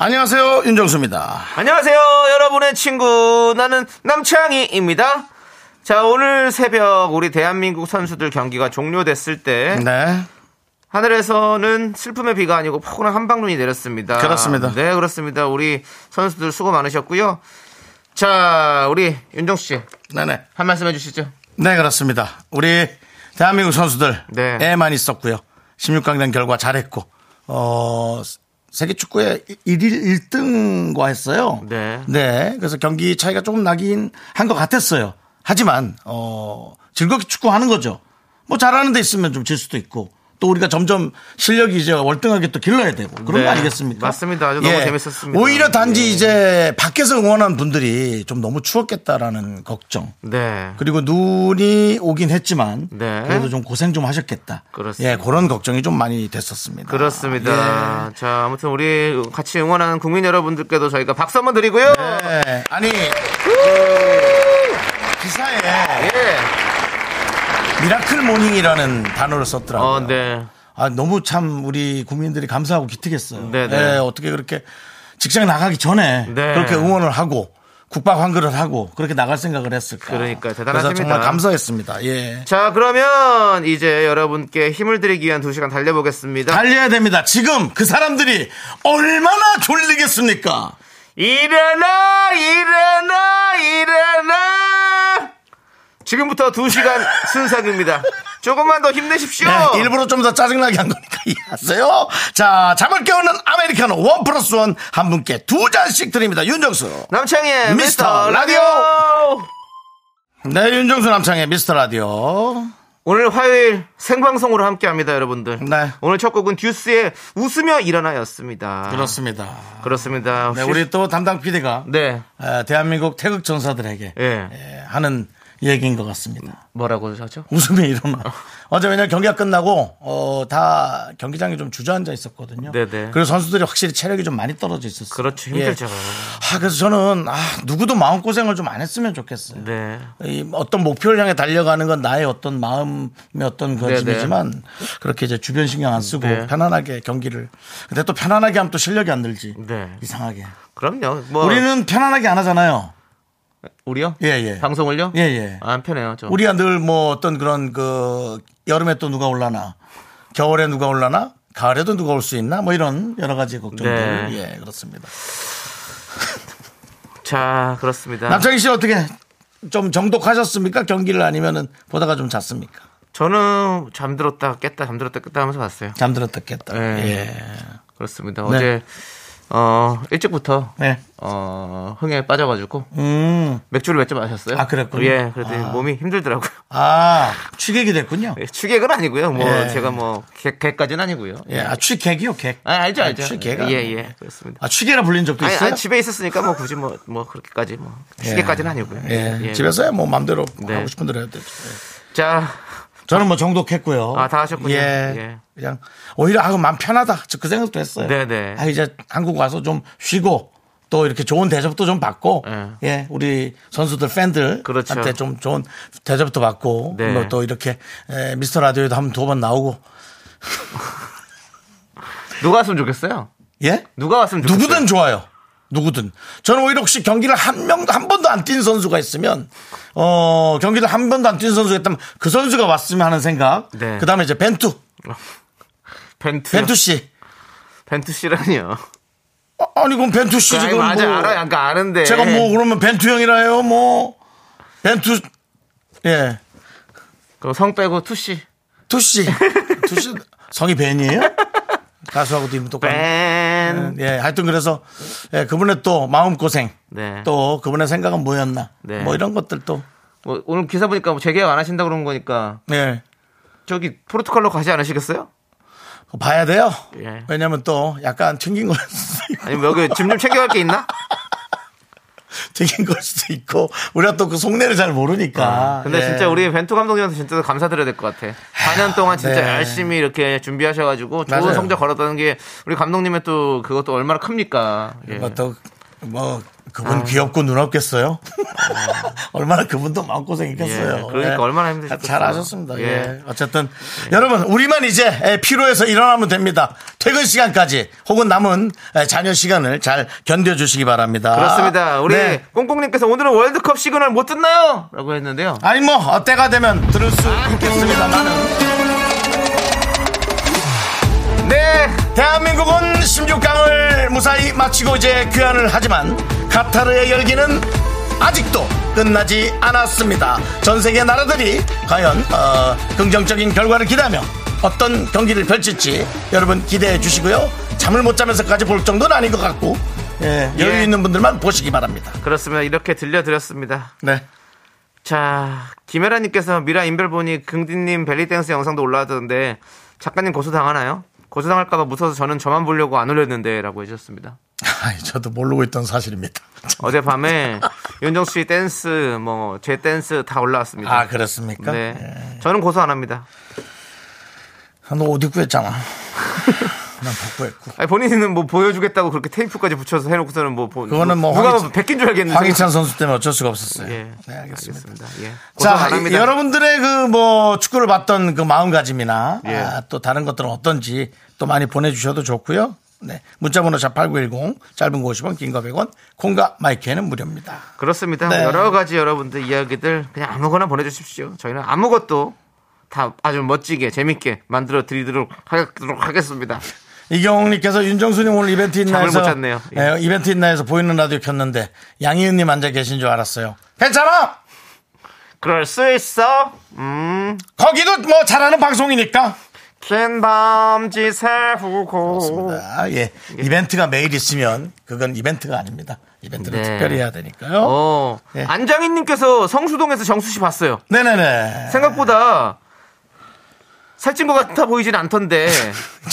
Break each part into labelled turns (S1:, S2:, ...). S1: 안녕하세요 윤정수입니다.
S2: 안녕하세요, 여러분의 친구. 나는 남창희입니다. 자, 오늘 새벽 우리 대한민국 선수들 경기가 종료됐을 때
S1: 네.
S2: 하늘에서는 슬픔의 비가 아니고 포근한 한방눈이 내렸습니다.
S1: 그렇습니다.
S2: 네, 그렇습니다. 우리 선수들 수고 많으셨고요. 자, 우리 윤정수 씨,
S1: 네네.
S2: 한 말씀 해주시죠.
S1: 네 그렇습니다. 우리 대한민국 선수들
S2: 네.
S1: 애 많이 썼고요. 16강전 결과 잘했고 어 세계 축구의 1일 1등과 했어요.
S2: 네.
S1: 그래서 경기 차이가 조금 나긴 한 것 같았어요. 하지만 어 즐겁게 축구하는 거죠. 뭐 잘하는 데 있으면 좀 질 수도 있고 또 우리가 점점 실력이 이제 월등하게 또 길러야 되고 그런
S2: 네.
S1: 거 아니겠습니까? 예.
S2: 맞습니다. 아주 너무 재밌었습니다.
S1: 오히려 단지
S2: 예.
S1: 이제 밖에서 응원한 분들이 좀 너무 추웠겠다라는 걱정.
S2: 네.
S1: 그리고 눈이 오긴 했지만
S2: 네.
S1: 그래도 좀 고생 좀 하셨겠다.
S2: 그렇습니다.
S1: 예, 그런 걱정이 좀 많이 됐었습니다.
S2: 그렇습니다.
S1: 예.
S2: 자, 아무튼 우리 같이 응원하는 국민 여러분들께도 저희가 박수 한번 드리고요.
S1: 예. 예, 아니 그 기사에
S2: 예.
S1: 미라클 모닝이라는 단어를 썼더라고요.
S2: 어, 네.
S1: 아, 너무 참 우리 국민들이 감사하고 기특했어요.
S2: 네, 네.
S1: 예, 어떻게 그렇게 직장 나가기 전에
S2: 네.
S1: 그렇게 응원을 하고 국밥 한 그릇 하고 그렇게 나갈 생각을 했을까.
S2: 그러니까
S1: 그래서
S2: 대단하십니다.
S1: 정말 감사했습니다. 예.
S2: 자, 그러면 이제 여러분께 힘을 드리기 위한 두 시간 달려보겠습니다.
S1: 달려야 됩니다. 지금 그 사람들이 얼마나 졸리겠습니까?
S2: 일어나, 일어나, 일어나! 지금부터 두 시간 순삭입니다. 조금만 더 힘내십시오.
S1: 네, 일부러 좀 더 짜증나게 한 거니까 이해하세요. 자, 잠을 깨우는 아메리카노 원 플러스 원 한 분께 두 잔씩 드립니다. 윤정수.
S2: 남창희의
S1: 미스터
S2: 미스터 라디오!
S1: 네, 윤정수 남창의 미스터 라디오.
S2: 오늘 화요일 생방송으로 함께 합니다, 여러분들.
S1: 네.
S2: 오늘 첫 곡은 듀스의 웃으며 일어나 였습니다.
S1: 그렇습니다.
S2: 그렇습니다.
S1: 네, 우리 또 담당 PD가
S2: 네.
S1: 대한민국 태극 전사들에게
S2: 예.
S1: 예, 하는 얘기인 것 같습니다.
S2: 뭐라고 하죠?
S1: 웃음에 일어나. 어제 왜냐면 경기가 끝나고 어, 다 경기장에 좀 주저앉아 있었거든요.
S2: 네네.
S1: 그리고 선수들이 확실히 체력이 좀 많이 떨어져 있었어요.
S2: 그렇죠.
S1: 예.
S2: 힘들죠.
S1: 아, 그래서 저는 아, 누구도 마음 고생을 좀 안 했으면 좋겠어요.
S2: 네.
S1: 이 어떤 목표를 향해 달려가는 건 나의 어떤 마음의 어떤 거짐이지만 그렇게 이제 주변 신경 안 쓰고
S2: 네.
S1: 편안하게 경기를 근데 또 편안하게 하면 또 실력이 안 늘지
S2: 네.
S1: 이상하게
S2: 그럼요. 뭐
S1: 우리는 편안하게 안 하잖아요
S2: 우리요?
S1: 예, 예.
S2: 방송을요?
S1: 예, 예.
S2: 아, 안 편해요. 저.
S1: 우리가 늘 뭐 어떤 그런 그 여름에 또 누가 올라나 겨울에 누가 올라나 가을에도 누가 올 수 있나 뭐 이런 여러 가지 걱정들
S2: 네.
S1: 예 그렇습니다
S2: 자, 그렇습니다.
S1: 남창희 씨 어떻게 좀 정독하셨습니까 경기를 아니면은 보다가 좀 잤습니까
S2: 저는 잠들었다 깼다 잠들었다 깼다 하면서 봤어요.
S1: 잠들었다 깼다
S2: 네.
S1: 예.
S2: 그렇습니다.
S1: 네.
S2: 어제 어, 일찍부터
S1: 네.
S2: 어, 흥에 빠져 가지고
S1: 음.
S2: 맥주를 몇 잔 마셨어요.
S1: 아, 그랬군요.
S2: 예. 그래도
S1: 아.
S2: 몸이 힘들더라고요.
S1: 아, 취객이 됐군요.
S2: 예, 추객은 아니고요. 뭐
S1: 예.
S2: 제가 뭐 개, 개까지는 아니고요.
S1: 예, 아, 취객이요, 객.
S2: 아, 알죠, 알죠.
S1: 취객. 아
S2: 예, 예. 그렇습니다.
S1: 아, 취객이라 불리는 적도
S2: 아니,
S1: 있어요?
S2: 아니, 집에 있었으니까 뭐 굳이 뭐 뭐 그렇게까지 뭐 추계까지는 아니고요.
S1: 예, 집에서야 뭐 마음대로
S2: 네.
S1: 하고 싶은 대로 해도 되죠.
S2: 자,
S1: 저는 뭐 정독했고요.
S2: 아, 다 하셨군요.
S1: 예.
S2: 예.
S1: 그냥 오히려 하고 마음 편하다. 저 그 생각도 했어요.
S2: 네네.
S1: 아, 이제 한국 와서 좀 쉬고 또 이렇게 좋은 대접도 좀 받고
S2: 예.
S1: 예, 우리 선수들 팬들한테
S2: 그렇죠.
S1: 좀 좋은 대접도 받고
S2: 네.
S1: 뭐또 이렇게 에, 미스터 라디오에도 한 두 번 나오고
S2: 누가 왔으면 좋겠어요.
S1: 예?
S2: 누가 왔으면 좋겠어요.
S1: 누구든 좋아요. 누구든. 저는 오히려 혹시 경기를 한 명, 한 번도 안 뛴 선수가 있으면, 어, 경기를 한 번도 안 뛴 선수가 있다면 그 선수가 왔으면 하는 생각.
S2: 네.
S1: 그 다음에 이제 벤투,
S2: 벤투
S1: 벤투 씨.
S2: 벤투 씨라니요.
S1: 아, 아니, 그럼 벤투 씨
S2: 아니,
S1: 지금.
S2: 맞아 예.
S1: 뭐
S2: 그러니까 알아 약간 아는데.
S1: 제가 뭐 그러면 벤투 형이라 해요, 뭐. 벤투, 예.
S2: 그럼 성 빼고 투 씨.
S1: 투 씨. 투 씨. 성이 벤이에요? 가수하고도 이름 똑같아요.
S2: 벤.
S1: 예, 하여튼 그래서, 예, 그분의 또 마음고생.
S2: 네.
S1: 또 그분의 생각은 뭐였나.
S2: 네.
S1: 뭐 이런 것들 또.
S2: 뭐, 오늘 기사 보니까 뭐 재계약 안 하신다 그런 거니까
S1: 예.
S2: 저기 포르투갈로 가지 않으시겠어요?
S1: 그거 봐야 돼요.
S2: 예.
S1: 왜냐면 또 약간 튕긴 걸 수도 있고,
S2: 아니 여기 짐 좀 챙겨갈 게 있나?
S1: 튕긴 걸 수도 있고, 우리가 또 그 속내를 잘 모르니까.
S2: 아, 근데
S1: 예.
S2: 진짜 우리 벤투 감독님한테 진짜 감사드려야 될 것 같아. 4년 동안 진짜
S1: 네.
S2: 열심히 이렇게 준비하셔가지고 좋은
S1: 맞아요.
S2: 성적 걸었다는 게 우리 감독님의 또 그것도 얼마나 큽니까? 예.
S1: 그것도 아, 뭐 그분 귀엽고 눈 없겠어요? 얼마나 그분도 마음고생했겠어요.
S2: 아. 예, 그러니까 얼마나 힘드셨겠어요.
S1: 잘 아셨습니다. 예.
S2: 예.
S1: 어쨌든 여러분 우리만 이제 에, 피로해서 일어나면 됩니다. 퇴근 시간까지 혹은 남은 에, 자녀 시간을 잘 견뎌주시기 바랍니다.
S2: 그렇습니다. 우리
S1: 네.
S2: 꽁꽁님께서 오늘은 월드컵 시그널 못 듣나요? 라고 했는데요.
S1: 아니 뭐 어, 때가 되면 들을 수 있겠습니다만은
S2: 네!
S1: 대한민국은 16강을 무사히 마치고 이제 귀환을 하지만 카타르의 열기는 아직도 끝나지 않았습니다. 전 세계 나라들이 과연 어, 긍정적인 결과를 기대하며 어떤 경기를 펼칠지 여러분 기대해 주시고요. 잠을 못 자면서까지 볼 정도는 아닌 것 같고 예, 여유
S2: 예.
S1: 있는 분들만 보시기 바랍니다.
S2: 그렇습니다. 이렇게 들려드렸습니다.
S1: 네.
S2: 자, 김혜라님께서 미라 인별 보니 긍디님 벨리댄스 영상도 올라왔던데 작가님 고소당하나요? 고소당할까봐 무서워서 저는 저만 보려고 안 올렸는데 라고 해주셨습니다.
S1: 아이, 저도 모르고 있던 사실입니다.
S2: 어젯밤에 윤정수 씨 댄스, 뭐 제 댄스 다 올라왔습니다.
S1: 아 그렇습니까?
S2: 네.
S1: 예.
S2: 저는 고소 안 합니다.
S1: 너 옷 입고 했잖아. 난 복구했고.
S2: 아니, 본인은 뭐 보여주겠다고 그렇게 테이프까지 붙여서 해놓고서는 뭐 보-
S1: 그거는 뭐
S2: 누가
S1: 황희-
S2: 뭐 베낀 줄 알겠는데.
S1: 황희찬 선수 때문에 어쩔 수가 없었어요.
S2: 예.
S1: 네, 알겠습니다.
S2: 예. 고소
S1: 자,
S2: 안 합니다.
S1: 여러분들의 그 뭐 축구를 봤던 그 마음가짐이나
S2: 예.
S1: 아, 또 다른 것들은 어떤지 또 많이 보내주셔도 좋고요. 네. 문자번호 샵8910 짧은 거 50원, 긴 거 100원, 콩과 마이크에는 무료입니다.
S2: 그렇습니다.
S1: 네.
S2: 여러 가지 여러분들 이야기들 그냥 아무거나 보내주십시오. 저희는 아무것도 다 아주 멋지게 재밌게 만들어 드리도록 하도록 하겠습니다.
S1: 이경욱님께서 윤정수님 오늘 이벤트
S2: 잠을
S1: 있나에서
S2: 못 잤네요. 예.
S1: 네, 이벤트 있나에서 보이는 라디오 켰는데 양희은님 앉아 계신 줄 알았어요. 괜찮아.
S2: 그럴 수 있어. 음,
S1: 거기도 뭐 잘하는 방송이니까.
S2: 긴 밤지 새우고.
S1: 아, 예. 이벤트가 매일 있으면 그건 이벤트가 아닙니다. 이벤트는
S2: 네.
S1: 특별히 해야 되니까요.
S2: 어,
S1: 예.
S2: 안장인님께서 성수동에서 정수 씨 봤어요.
S1: 네네네.
S2: 생각보다 살찐 것 같아 보이진 않던데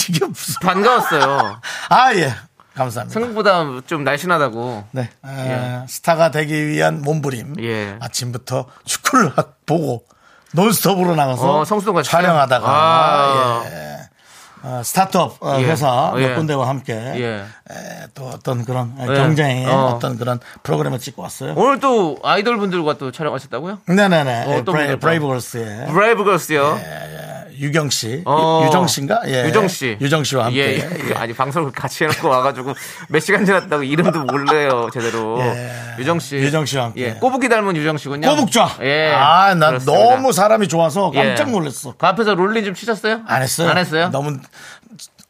S1: 이게 무슨.
S2: 반가웠어요.
S1: 아, 예. 감사합니다.
S2: 생각보다 좀 날씬하다고.
S1: 네. 아, 스타가 되기 위한 몸부림.
S2: 예.
S1: 아침부터 축구를 하- 보고 논스톱으로 나가서
S2: 어, 성수동 가셨어요?
S1: 촬영하다가
S2: 아.
S1: 예. 어, 스타트업 어,
S2: 예.
S1: 회사
S2: 예.
S1: 몇 군데와 함께
S2: 예.
S1: 에, 또 어떤 그런
S2: 예.
S1: 경쟁의
S2: 어.
S1: 어. 떤 그런 프로그램을 찍고 왔어요.
S2: 오늘 또 아이돌 분들과 또 촬영하셨다고요?
S1: 네네네. 예,
S2: 어, 또
S1: 브레이,
S2: 분들
S1: 브레이브걸스의 네.
S2: 브라이브걸스요.
S1: 유경 씨,
S2: 어.
S1: 유- 유정 씨인가? 예.
S2: 유정 씨.
S1: 유정 씨와 함께.
S2: 예, 예. 아니, 방송을 같이 해놓고 와가지고 몇 시간 지났다고 이름도 몰라요, 제대로.
S1: 예.
S2: 유정 씨.
S1: 유정 씨와 함께.
S2: 예. 꼬북이 닮은 유정 씨군요.
S1: 꼬북좌.
S2: 예.
S1: 아, 난
S2: 그렇습니다.
S1: 너무 사람이 좋아서 깜짝
S2: 예.
S1: 놀랐어.
S2: 그 앞에서 롤링 좀 치셨어요?
S1: 안 했어요.
S2: 안 했어요?
S1: 너무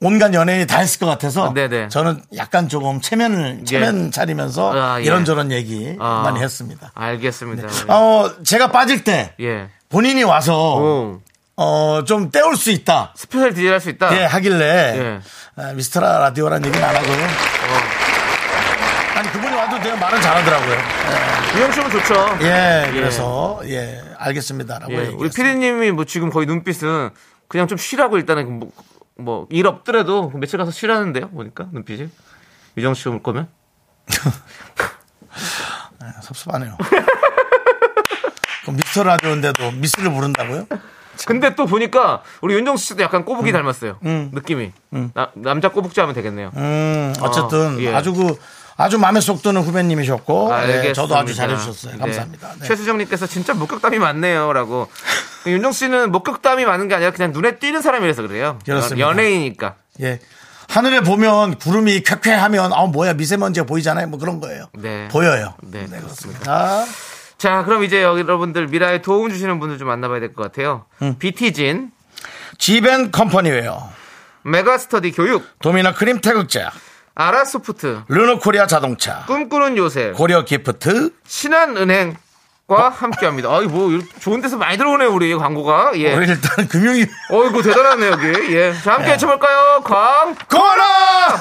S1: 온갖 연예인이 다 했을 것 같아서
S2: 아, 네네. 예.
S1: 저는 약간 조금 체면을 체면 차리면서
S2: 아, 예.
S1: 이런저런 얘기
S2: 아.
S1: 많이 했습니다.
S2: 알겠습니다.
S1: 어, 제가 빠질 때
S2: 예.
S1: 본인이 와서
S2: 오.
S1: 어, 좀 때울 수 있다.
S2: 스페셜 디제이 할 수 있다?
S1: 예, 하길래
S2: 예.
S1: 아, 미스터라 라디오라는 얘기는 안 하고요.
S2: 어.
S1: 아니 그분이 와도 돼요. 말은 잘하더라고요.
S2: 유정 씨면 좋죠.
S1: 예, 그래서 예, 알겠습니다라고
S2: 예,
S1: 얘기했어요.
S2: 우리 피디님이 뭐 지금 거의 눈빛은 그냥 좀 쉬라고 일단은 뭐, 뭐, 일 없더라도 며칠 가서 쉬라는데요, 보니까 눈빛이. 유정 씨 올 거면?
S1: 아, 섭섭하네요. 그럼 미스터 라디오인데도 미스를 부른다고요?
S2: 근데 또 보니까 우리 윤정수 씨도 약간
S1: 음.
S2: 꼬북이 닮았어요. 느낌이. 나- 남자 꼬북자 하면 되겠네요.
S1: 음, 어쨌든
S2: 어, 예.
S1: 아주 그 아주 마음에 쏙 드는 후배님이셨고
S2: 알겠습니다.
S1: 예, 저도 아주 잘해주셨어요. 감사합니다.
S2: 네.
S1: 네.
S2: 최수정님께서 진짜 목격담이 많네요라고. 그 윤정수 씨는 목격담이 많은 게 아니라 그냥 눈에 띄는 사람이라서 그래요.
S1: 그렇습니다.
S2: 연- 연예인이니까.
S1: 예. 하늘에 보면 구름이 쾌쾌하면 아 뭐야 미세먼지가 보이잖아요. 뭐 그런 거예요.
S2: 네.
S1: 보여요.
S2: 네,
S1: 그렇습니다.
S2: 자, 그럼 이제 여러분들 미라에 도움 주시는 분들 좀 만나봐야 될 것 같아요.
S1: 음.
S2: 비티진,
S1: 지벤 컴퍼니웨어,
S2: 메가스터디 교육,
S1: 도미나 크림 태극제약,
S2: 아라소프트,
S1: 르노코리아 자동차,
S2: 꿈꾸는 요새,
S1: 고려 기프트,
S2: 신한은행과 함께합니다. 아이 뭐 이렇게 좋은 데서 많이 들어오네요 우리 광고가. 예.
S1: 우리 일단 금융이
S2: 어이구 대단하네 여기. 예. 자 함께 외쳐볼까요? 광.
S1: 고라.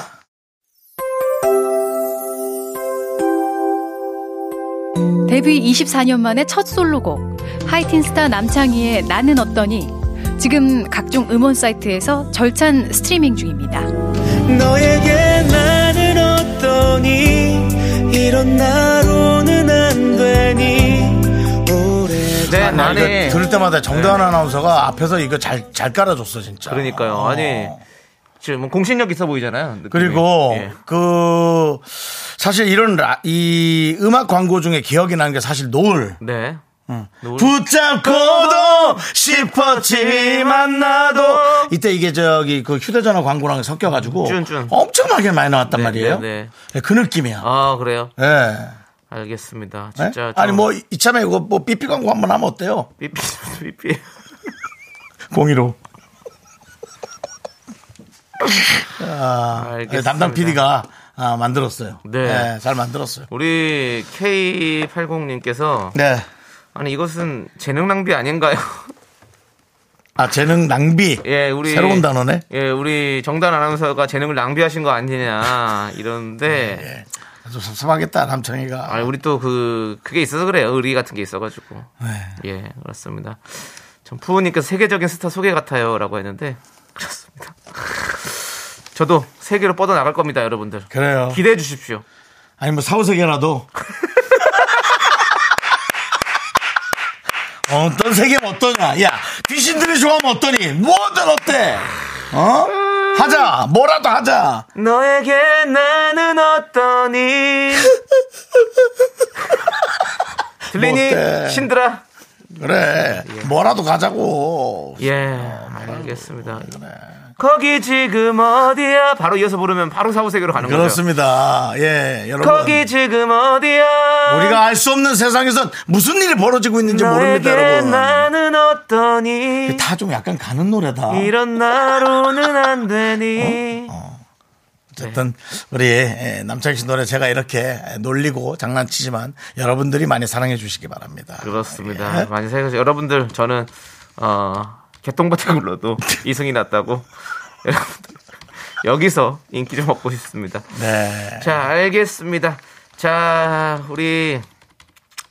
S3: 데뷔 24년 만에 첫 솔로곡 하이틴 스타 남창희의 나는 어떠니 지금 각종 음원 사이트에서 절찬 스트리밍 중입니다.
S4: 너에게 나는 어떠니 이런 나로는 안 되니 오래
S2: 네,
S1: 나
S2: 아니.
S1: 이거 들을 때마다 정다은 아나운서가 앞에서 이거 잘, 잘 깔아줬어, 진짜.
S2: 그러니까요. 네, 아니, 지금 뭐 공신력 있어 보이잖아요. 느낌이.
S1: 그리고
S2: 예.
S1: 그 사실 이런 라, 이 음악 광고 중에 기억이 나는 게 사실 노을.
S2: 네. 노을.
S1: 붙잡고도 싶었지만 나도
S2: 네.
S1: 이때 이게 저기 그 휴대전화 광고랑 섞여가지고
S2: 쭌쭌.
S1: 엄청나게 많이 나왔단
S2: 네,
S1: 말이에요.
S2: 네,
S1: 그 느낌이야.
S2: 아, 그래요?
S1: 예.
S2: 알겠습니다.
S1: 예?
S2: 진짜.
S1: 아니
S2: 좀
S1: 뭐 이- 이참에 이거 뭐 삐삐 광고 한번 하면 어때요?
S2: 삐삐, 삐삐.
S1: 공의로.
S2: 알겠습니다.
S1: 아, 네, 담당 PD가 아, 만들었어요.
S2: 네.
S1: 예, 잘 만들었어요.
S2: 우리 K80님께서
S1: 네.
S2: 아니 이것은 재능 낭비 아닌가요?
S1: 아 재능 낭비.
S2: 예, 우리
S1: 새로운 단어네.
S2: 예, 우리 정단 아나운서가 재능을 낭비하신 거 아니냐 이런데
S1: 예. 좀 섭섭하겠다 남창희가.
S2: 아니 우리 또 그 그게 있어서 그래요 의리 같은 게 있어가지고
S1: 네.
S2: 예 그렇습니다 전 푸우님께서 세계적인 스타 소개 같아요라고 했는데 그렇습니다 저도 세계로 뻗어 나갈 겁니다 여러분들
S1: 그래요.
S2: 기대해 주십시오
S1: 아니 뭐 사후세계라도. 어떤 세계면 어떠냐? 야 귀신들이 좋아하면 어떠니? 뭐든 어때? 어? 하자. 뭐라도 하자.
S2: 너에게 나는 어떠니 들리니
S1: 뭐 어때?
S2: 신들아
S1: 그래. 뭐라도 가자고.
S2: 예
S1: 어,
S2: 알겠습니다
S1: 뭐
S2: 거기 지금 어디야 바로 이어서 부르면 바로 사후 세계로 가는 거죠
S1: 그렇습니다. 예, 여러분.
S2: 거기 지금 어디야
S1: 우리가 알 수 없는 세상에선 무슨 일이 벌어지고 있는지 모릅니다,
S2: 너에게
S1: 여러분. 그
S2: 나는 어떠니
S1: 다 좀 약간 가는 노래다.
S2: 아. 이런 나로는 안
S1: 어?
S2: 되니
S1: 어쨌든 우리 예, 남창희 씨 노래 제가 이렇게 놀리고 장난치지만 여러분들이 많이 사랑해 주시기 바랍니다.
S2: 그렇습니다
S1: 예?
S2: 많이 생각해 여러분들 저는 어 개똥밭에 굴러도 이승이 났다고 여러분들 여기서 인기 좀 얻고 싶습니다
S1: 네.
S2: 자 알겠습니다 자 우리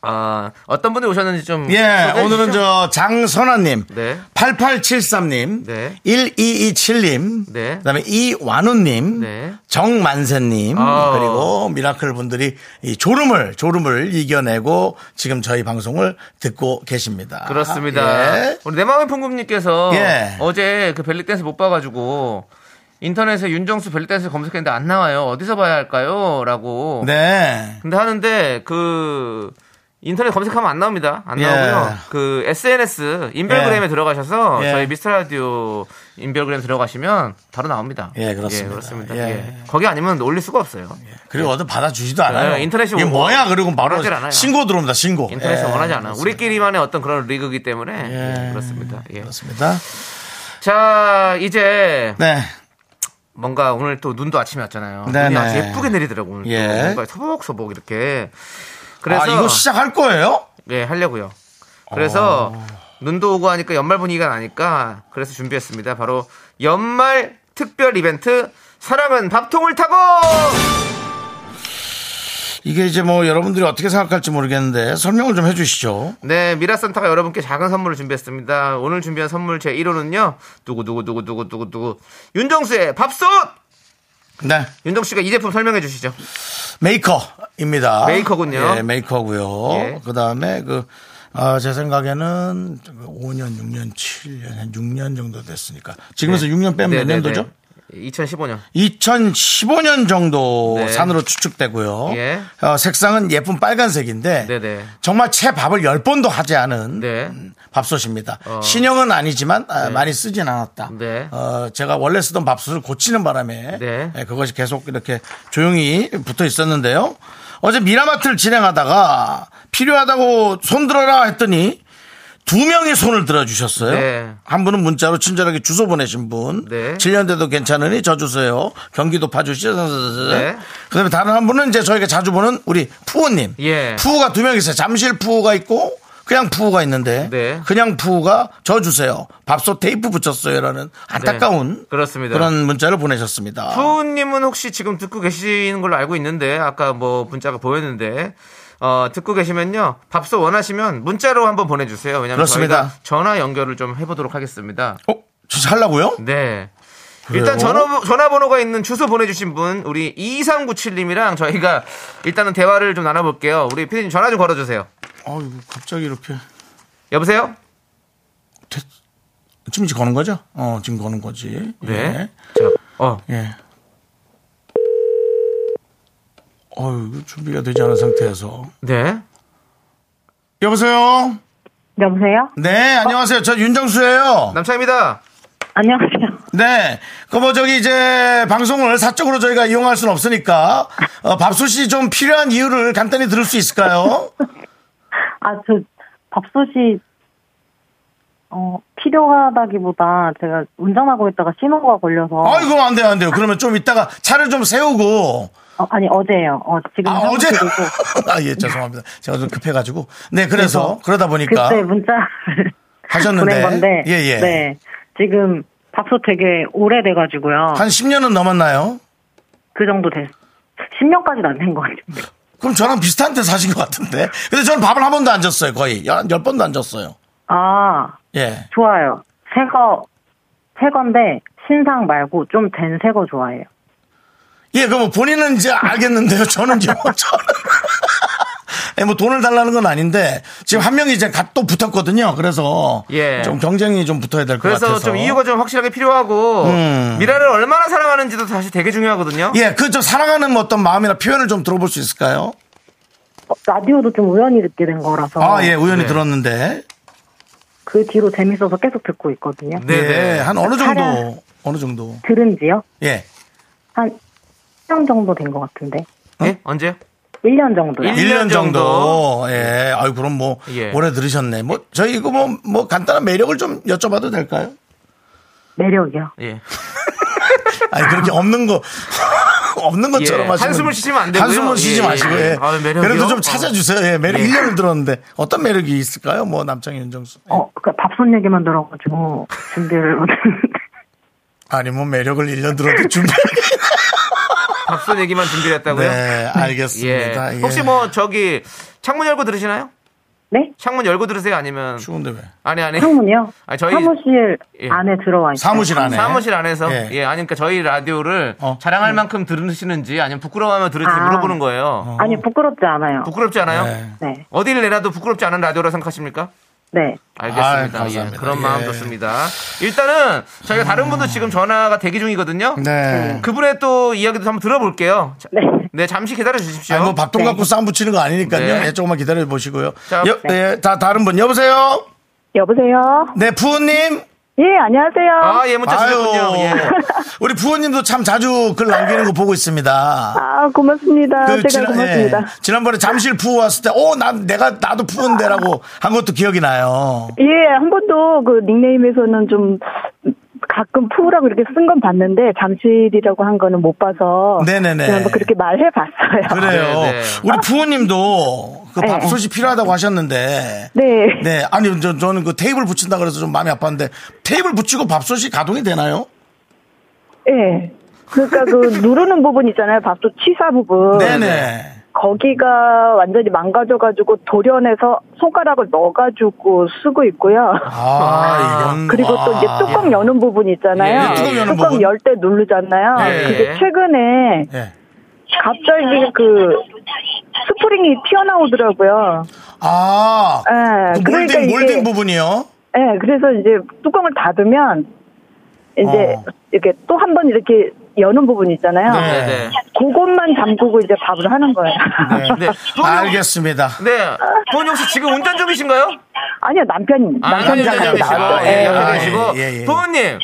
S2: 어, 어떤 분이 오셨는지 좀
S1: 예,
S2: 음. 소개해
S1: 오늘은
S2: 주시죠.
S1: 저 장선아님,
S2: 네.
S1: 8873님,
S2: 네.
S1: 1227님,
S2: 네.
S1: 그다음에 이완우님,
S2: 네.
S1: 정만세님
S2: 아.
S1: 그리고 미라클 분들이 이 졸음을 졸음을 이겨내고 지금 저희 방송을 듣고 계십니다.
S2: 그렇습니다.
S1: 예.
S2: 우리 내 마음의 풍금님께서
S1: 예.
S2: 어제 그 벨리댄스 못 봐가지고 인터넷에 윤정수 벨리댄스 검색했는데 안 나와요. 어디서 봐야 할까요? 라고.
S1: 네.
S2: 근데 하는데 그 인터넷 검색하면 안 나옵니다. 안
S1: 예.
S2: 나오고요. 그 SNS 인별그램에
S1: 예.
S2: 들어가셔서
S1: 예.
S2: 저희 미스터 라디오 인별그램 들어가시면 바로 나옵니다.
S1: 예, 그렇습니다.
S2: 그렇습니다.
S1: 예.
S2: 예. 거기 아니면 올릴 수가 없어요.
S1: 그리고 얻어 받아주지도 않아요.
S2: 네, 인터넷이
S1: 이게
S2: 원-
S1: 뭐야? 그리고 바로
S2: 원하질 않아요.
S1: 신고 들어옵니다. 신고.
S2: 인터넷에
S1: 예,
S2: 원하지 않아요. 우리끼리만의 어떤 그런 리그이기 때문에 예, 그렇습니다. 예.
S1: 그렇습니다.
S2: 자 이제
S1: 네.
S2: 뭔가 오늘 또 눈도 아침에 왔잖아요.
S1: 네네.
S2: 눈이 아주 예쁘게 내리더라고 오늘. 또.
S1: 예.
S2: 뭔가 서복서복 이렇게. 그래서
S1: 아, 이거 시작할 거예요?
S2: 예 하려고요. 그래서
S1: 어.
S2: 눈도 오고 하니까 연말 분위기가 나니까 그래서 준비했습니다. 바로 연말 특별 이벤트 사랑은 밥통을 타고.
S1: 이게 이제 뭐 여러분들이 어떻게 생각할지 모르겠는데 설명을 좀 해주시죠.
S2: 네 미라센터가 여러분께 작은 선물을 준비했습니다. 오늘 준비한 선물 제 1호는요. 누구 누구 누구 누구 누구 누구 윤정수의 밥솥.
S1: 네.
S2: 윤정 씨가 이 제품 설명해 주시죠.
S1: 메이커입니다.
S2: 메이커군요.
S1: 예, 메이커고요.
S2: 예.
S1: 그다음에 그 아, 제 생각에는 5년, 6년, 7년, 한 6년 정도 됐으니까.
S2: 네.
S1: 지금에서 6년 빼면 몇 년도죠?
S2: 2015년.
S1: 2015년 정도
S2: 네.
S1: 산으로 추측되고요.
S2: 예.
S1: 어, 색상은 예쁜 빨간색인데
S2: 네네.
S1: 정말 채 밥을 열 번도 하지 않은
S2: 네.
S1: 음, 밥솥입니다.
S2: 어.
S1: 신형은 아니지만 아, 많이 쓰진 않았다.
S2: 네.
S1: 어, 제가 원래 쓰던 밥솥을 고치는 바람에
S2: 네.
S1: 예, 그것이 계속 이렇게 조용히 붙어 있었는데요. 어제 미라마트를 진행하다가 필요하다고 손 들어라 했더니 두 명이 손을 들어주셨어요.
S2: 네.
S1: 한 분은 문자로 친절하게 주소 보내신 분.
S2: 네.
S1: 7년 돼도 괜찮으니 저 주세요. 경기도 파주시죠.
S2: 네.
S1: 그 다음에 다른 한 분은 이제 저희가 자주 보는 우리 푸우님.
S2: 예.
S1: 푸우가 두 명 있어요. 잠실 푸우가 있고 그냥 푸우가 있는데
S2: 네.
S1: 그냥 푸우가 저 주세요. 밥솥 테이프 붙였어요라는 안타까운
S2: 네. 그렇습니다.
S1: 그런 문자를 보내셨습니다.
S2: 푸우님은 혹시 지금 듣고 계시는 걸로 알고 있는데 아까 뭐 문자가 보였는데 어, 듣고 계시면요. 밥솥 원하시면 문자로 한번 보내주세요. 왜냐면
S1: 그렇습니다.
S2: 저희가 전화 연결을 좀 해보도록 하겠습니다.
S1: 어? 진짜 하려고요?
S2: 네. 일단 전화, 전화번호가 있는 주소 보내주신 분 우리 2397님이랑 저희가 일단은 대화를 좀 나눠볼게요. 우리 피디님 전화 좀 걸어주세요.
S1: 아이고, 갑자기 이렇게.
S2: 여보세요?
S1: 지금 이제 거는 거죠? 어, 지금 거는 거지.
S2: 네. 자, 어,
S1: 예. 예. 어유 준비가 되지 않은 상태에서.
S2: 네.
S1: 여보세요?
S5: 여보세요?
S1: 네, 안녕하세요. 저 윤정수예요.
S2: 남창입니다.
S5: 안녕하세요.
S1: 네. 그 뭐 저기 이제 방송을 사적으로 저희가 이용할 수는 없으니까 어, 밥솥이 좀 필요한 이유를 간단히 들을 수 있을까요?
S5: 어. 아, 저 밥솥이 어, 필요하다기보다 제가 운전하고 있다가 신호가 걸려서
S1: 아이고 안 돼요 안 돼요. 그러면 좀 이따가 차를 좀 세우고
S5: 어, 아니 어제예요. 어, 지금
S1: 아
S5: 한국
S1: 어제
S5: 들고
S1: 아예 죄송합니다. 제가 좀 급해가지고 네 그래서 그러다 보니까
S5: 그때 뭐 문자를
S1: 하셨는데.
S5: 보낸 건데
S1: 예, 예.
S5: 네 지금 밥솥 되게 오래돼가지고요.
S1: 한 10년은 넘었나요?
S5: 그 정도 됐. 10년까지는 안 된 것 같은데.
S1: 그럼 저랑 비슷한 때 사신 것 같은데. 근데 저는 밥을 한 번도 안 줬어요 거의 열, 열 번도 안 줬어요.
S5: 아
S1: 예.
S5: 좋아요. 새거 새건데 신상 말고 좀 된 새거 좋아해요.
S1: 예, 그럼 뭐 본인은 이제 알겠는데요. 저는 이제 뭐 저는. 예, 뭐 돈을 달라는 건 아닌데 지금 한 명이 이제 갓 또 붙었거든요. 그래서
S2: 예.
S1: 좀 경쟁이 좀 붙어야 될 것 같아서. 음.
S2: 그래서 좀 이유가 좀 확실하게 필요하고 미라를 얼마나 사랑하는지도 사실 되게 중요하거든요.
S1: 예, 그 좀 사랑하는 뭐 어떤 마음이나 표현을 좀 들어볼 수 있을까요?
S5: 어, 라디오도 좀 우연히 듣게 된 거라서
S1: 아, 예, 우연히
S2: 네.
S1: 들었는데.
S5: 그 뒤로 재밌어서 계속 듣고 있거든요.
S2: 네,
S1: 예,
S2: 네.
S1: 한 어느 정도,
S5: 사랑.
S1: 어느 정도.
S5: 들은 지요?
S1: 예.
S5: 한 1년 정도 된 것 같은데.
S2: 예? 언제요?
S5: 1년 정도요.
S2: 일-
S1: 1년
S2: 년
S1: 정도.
S2: 정도.
S1: 예, 아유, 그럼 뭐,
S2: 예.
S1: 오래 들으셨네. 뭐, 저희 이거 뭐, 뭐, 간단한 매력을 좀 여쭤봐도 될까요?
S5: 매력이요.
S2: 예.
S1: 아니, 그렇게 없는 거, 없는 것처럼
S2: 예,
S1: 하시면.
S2: 한숨을 쉬시면 안 되고요.
S1: 한숨을 쉬지
S2: 예, 예.
S1: 마시고, 예.
S2: 아유, 매력이요?
S1: 그래도 좀
S2: 어.
S1: 찾아주세요. 예, 매력,
S2: 예.
S1: 1년을 들었는데. 어떤 매력이 있을까요? 뭐, 남창희 윤정수.
S2: 네.
S1: 예.
S5: 어, 그 밥솥 얘기만 들어가지고 준비를 못했는데.
S1: 아니, 뭐, 매력을 1년 들어도 준비.
S2: 밥솥 얘기만 준비했다고요?
S1: 네, 알겠습니다. 예.
S2: 혹시 뭐 저기 창문 열고 들으시나요?
S5: 네?
S2: 창문 열고 들으세요? 아니면
S1: 추운데 왜?
S2: 아니 아니
S5: 창문이요?
S2: 아, 저희-
S5: 사무실
S2: 예.
S5: 안에 들어와 있어요.
S1: 사무실 안에.
S2: 사무실 안에서
S1: 예.
S2: 예, 아니 그러니까 저희 라디오를
S1: 어.
S2: 자랑할 만큼 들으시는지 아니면 부끄러워하면 들으시는지
S5: 아.
S2: 물어보는 거예요.
S5: 아니, 부끄럽지 않아요.
S2: 부끄럽지 않아요?
S1: 네.
S5: 네.
S2: 어디를 내놔도 부끄럽지 않은 라디오라 생각하십니까?
S5: 네.
S1: 아이,
S2: 알겠습니다. 예,
S1: 감사합니다.
S2: 그런
S1: 예. 음.
S2: 마음 좋습니다. 일단은 저희가 다른 분도 지금 전화가 대기 중이거든요.
S1: 네.
S2: 그분의 또 이야기도 한번 들어볼게요. 자-
S5: 네.
S2: 네, 잠시 기다려 주십시오.
S1: 아니, 뭐 밥통 갖고 싸움 붙이는 거 아니니까요.
S2: 예. 네.
S1: 예, 조금만 기다려 보시고요.
S2: 자, 네.
S1: 여, 예, 다 다른 분 여보세요.
S5: 여보세요?
S1: 네, 부모님.
S5: 예, 안녕하세요.
S2: 아, 예, 문자 주셨군요. 예.
S1: 우리 부모님도 참 자주 글 남기는 거 보고 있습니다.
S5: 아, 고맙습니다.
S1: 그 지난- 예, 지난번에 잠실 부호 왔을 때, 오, 난 내가 나도 부모인데라고 한 것도 기억이 나요.
S5: 예, 한 번도 그 닉네임에서는 좀 가끔 푸우라고 이렇게 쓴 건 봤는데 잠실이라고 한 거는 못 봐서
S1: 네네네.
S5: 그냥 한번 그렇게 말해 봤어요.
S1: 그래요.
S2: 네, 네.
S1: 우리 부모님도 그
S5: 네.
S1: 밥솥이 필요하다고 하셨는데.
S5: 네.
S1: 네, 아니 저, 저는 그 테이블 붙인다 그래서 좀 마음이 아팠는데 테이블 붙이고 밥솥이 가동이 되나요?
S5: 예. 그러니까 그 누르는 부분 있잖아요. 밥솥 취사 부분.
S1: 네네.
S5: 거기가 완전히 망가져 가지고 도련해서 손가락을 넣어 가지고 쓰고 있고요.
S1: 아, 이건
S5: 그리고 또 이제
S1: 아.
S5: 뚜껑 여는 부분 있잖아요.
S2: 예,
S1: 뚜껑 여는 부분.
S5: 열 때 누르잖아요.
S2: 예,
S5: 그게
S2: 예.
S5: 최근에
S1: 예.
S5: 갑자기 그 스프링이 튀어나오더라고요.
S1: 아,
S5: 예,
S1: 그 몰딩,
S5: 그러니까 이게-
S1: 몰딩 부분이요?
S5: 예, 그래서 이제 뚜껑을 닫으면 이제
S1: 어.
S5: 이렇게 또 한 번 이렇게 여는 부분 있잖아요.
S1: 네.
S2: 네.
S5: 그것만 잠그고 이제 밥을 하는 거예요.
S2: 네.
S1: 아, 알겠습니다.
S2: 네. 부모님 혹시 지금 운전 중이신가요?
S5: 아니요, 남편,
S2: 아,
S5: 남편
S2: 운전
S5: 잠깐
S2: 중이시고.
S5: 나왔어요.
S2: 예,
S5: 예.
S2: 옆에
S1: 아,
S2: 계시고.
S1: 예, 예, 예.
S2: 부모님,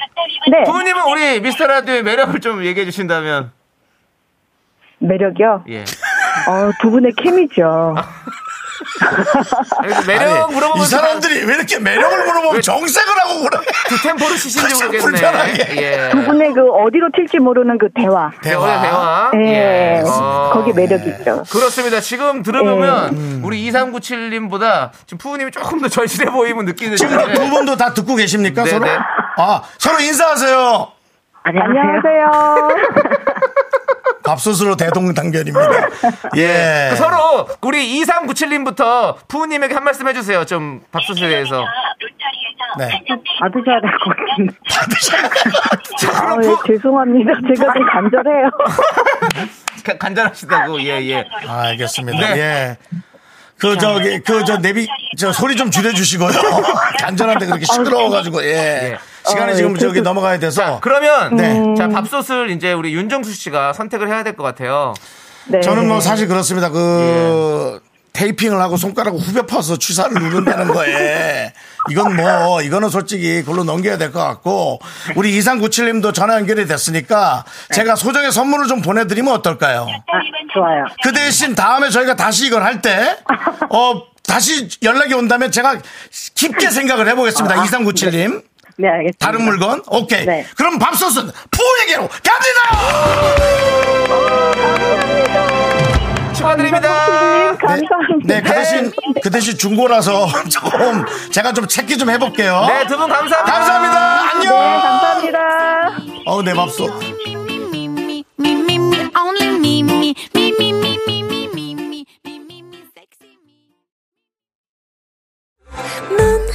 S5: 네,
S2: 부모님은 우리 미스터 라디오의 매력을 좀 얘기해 주신다면.
S5: 매력이요?
S2: 예.
S5: 어, 두 분의 케미죠.
S2: 그래서 매력 아, 네. 물어보면
S1: 이 사람들이 왜 이렇게 매력을 물어보면
S2: 왜-
S1: 정색을 하고 그래?
S2: 그 템포를 치신지
S1: 참
S2: 모르겠네.
S1: 불편하게.
S2: 예.
S5: 두 분의 그 어디로 튈지 모르는 그 대화.
S2: 대화. 대화.
S5: 예,
S2: 어.
S5: 거기 매력이 있죠.
S2: 그렇습니다. 지금 들어보면 우리 2397님보다 지금 푸우님이 조금 더 절실해 보임을 느끼는
S1: 지금
S2: 데
S1: 두 분도 다 듣고 계십니까?
S2: 네,
S1: 서로?
S2: 네.
S1: 아, 서로 인사하세요.
S5: 안녕하세요.
S1: 밥솥으로 대동단결입니다. 예.
S2: 그 서로 우리 2397님부터 푸우님에게 한 말씀 해주세요. 좀 밥솥에 대해서.
S1: 네.
S5: 받으셔야 될 것 같은데.
S2: 자,
S5: 아,
S2: 그럼
S5: 예,
S1: 어?
S2: 푸,
S5: 죄송합니다. 제가
S1: 아.
S5: 좀 간절해요.
S2: 가- 간절하시다고 예예.
S1: 아, 알겠습니다.
S2: 네.
S1: 예. 그 저기 그 저 내비 저 소리 좀 줄여 주시고요. 간절한데 그렇게 시끄러워 가지고
S2: 네.
S1: 예. 시간이
S5: 아,
S1: 지금
S5: 예,
S1: 저기
S5: 그래도-
S1: 넘어가야 돼서
S2: 그러면
S1: 네.
S2: 자 밥솥을 이제 우리 윤정수 씨가 선택을 해야 될 것 같아요.
S5: 네. 예.
S1: 저는 뭐 사실 그렇습니다. 그 테이핑을 하고 손가락 후벼 파서 취사를 누른다는 거에 이건 뭐 이거는 솔직히 그걸로 넘겨야 될 것 같고 우리 이상구칠님도 전화 연결이 됐으니까 제가 소정의 선물을 좀 보내드리면 어떨까요?
S5: 아, 좋아요.
S1: 그 대신 다음에 저희가 다시 이걸 할 때 어 다시 연락이 온다면 제가 깊게 생각을 해보겠습니다. 이상구칠님
S5: 네, 알겠습니다.
S1: 다른 물건 오케이
S5: 네.
S1: 그럼 밥솥은 푸에게로 갑니다.
S5: 어,
S2: 축하드립니다.
S5: 감사합니다.
S1: 네, 그 대신, 그 대신 중고라서 조금 제가 좀 체크 좀 해볼게요.
S2: 네 두 분 감사합니다.
S1: 아, 감사합니다. 안녕.
S5: 네, 감사합니다.
S1: 어우, 내 밥솥.
S6: 넌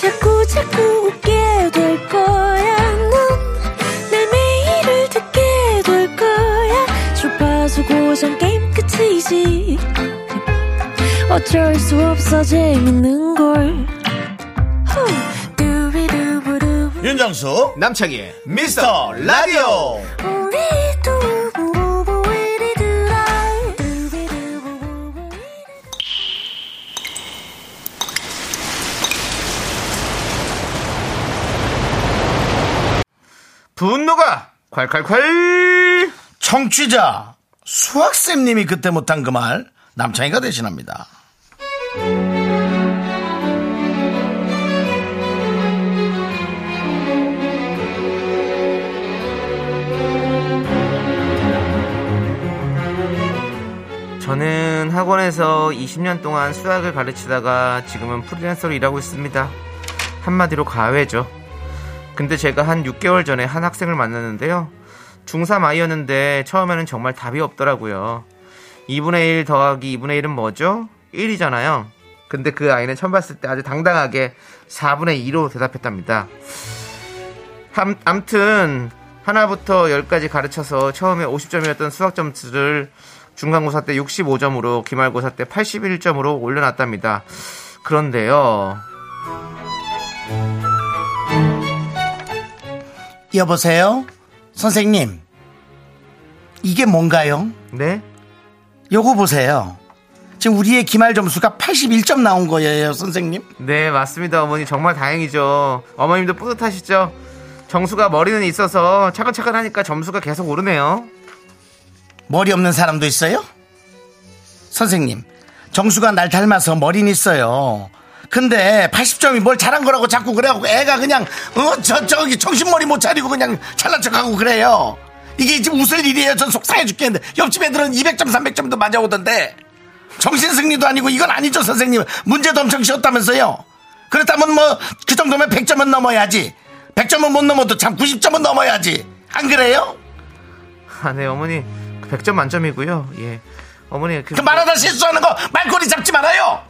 S6: 자꾸 자꾸 웃게 될 거야. 넌내 매일을 듣게 될 거야. 주파수 고정 게임 끝이지. 어쩔 수 없어 재밌는 걸. 후. 두비두부두부.
S1: 윤정수.
S2: 남창희
S1: 미스터 라디오.
S6: 우리 두부부부 우리 두라. 두비두부부부 우리 두라.
S2: 분노가 콸콸콸.
S1: 청취자 수학쌤님이 그때 못한 그 말 남창희가 대신합니다.
S2: 저는 학원에서 20년 동안 수학을 가르치다가 지금은 프리랜서로 일하고 있습니다. 한마디로 가외죠. 근데 제가 한 6개월 전에 한 학생을 만났는데요. 중3 아이였는데 처음에는 정말 답이 없더라고요. 2분의 1 더하기 2분의 1은 뭐죠? 1이잖아요. 근데 그 아이는 처음 봤을 때 아주 당당하게 4분의 2로 대답했답니다. 함, 암튼 하나부터 열까지 가르쳐서 처음에 50점이었던 수학 점수를 중간고사 때 65점으로 기말고사 때 81점으로 올려놨답니다. 그런데요.
S1: 여보세요? 선생님. 이게 뭔가요?
S2: 네?
S1: 요거 보세요. 지금 우리의 기말 점수가 81점 나온 거예요, 선생님.
S2: 네, 맞습니다. 어머니 정말 다행이죠. 어머님도 뿌듯하시죠? 정수가 머리는 있어서 차근차근 하니까 점수가 계속 오르네요.
S1: 머리 없는 사람도 있어요? 선생님, 정수가 날 닮아서 머리는 있어요. 근데 80점이 뭘 잘한 거라고 자꾸 그래갖고 애가 그냥 어 저 저기 정신머리 못 차리고 그냥 잘난 척하고 그래요. 이게 지금 웃을 일이에요. 전 속상해 죽겠는데 옆집 애들은 200점, 300점도 맞아오던데 정신 승리도 아니고 이건 아니죠, 선생님. 문제도 엄청 쉬웠다면서요. 그렇다면 뭐 그 정도면 100점은 넘어야지. 100점은 못 넘어도 참 90점은 넘어야지. 안 그래요?
S2: 아, 네, 어머니 100점 만점이고요. 예. 어머니 그
S1: 그 말하다 실수하는 거 말꼬리 잡지 말아요.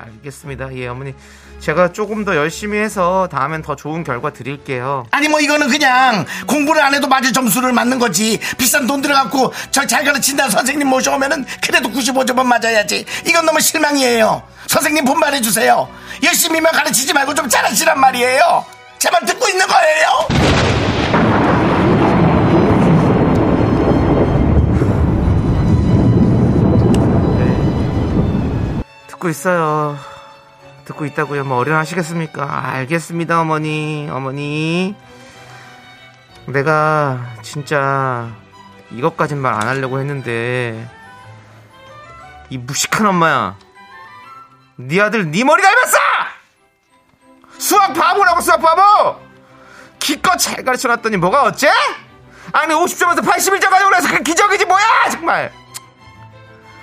S2: 알겠습니다. 예, 어머니 제가 조금 더 열심히 해서 다음엔 더 좋은 결과 드릴게요.
S1: 아니 뭐 이거는 그냥 공부를 안 해도 맞을 점수를 맞는 거지 비싼 돈 들어갖고 저 잘 가르친다는 선생님 모셔오면은 그래도 95점은 맞아야지 이건 너무 실망이에요 선생님 분발해 주세요 열심히만 가르치지 말고 좀 잘하시란 말이에요 제 말 듣고 있는 거예요
S2: 듣고 있어요. 듣고 있다고요. 뭐 어련하시겠습니까? 알겠습니다, 어머니. 어머니. 내가 진짜 이것까진 말 안 하려고 했는데 이 무식한 엄마야. 네 아들 네 머리 닮았어! 수학 바보라고 수학 바보! 기껏 잘 가르쳐놨더니 뭐가 어째? 아니 50점에서 81점까지 올라서 그 기적이지 뭐야 정말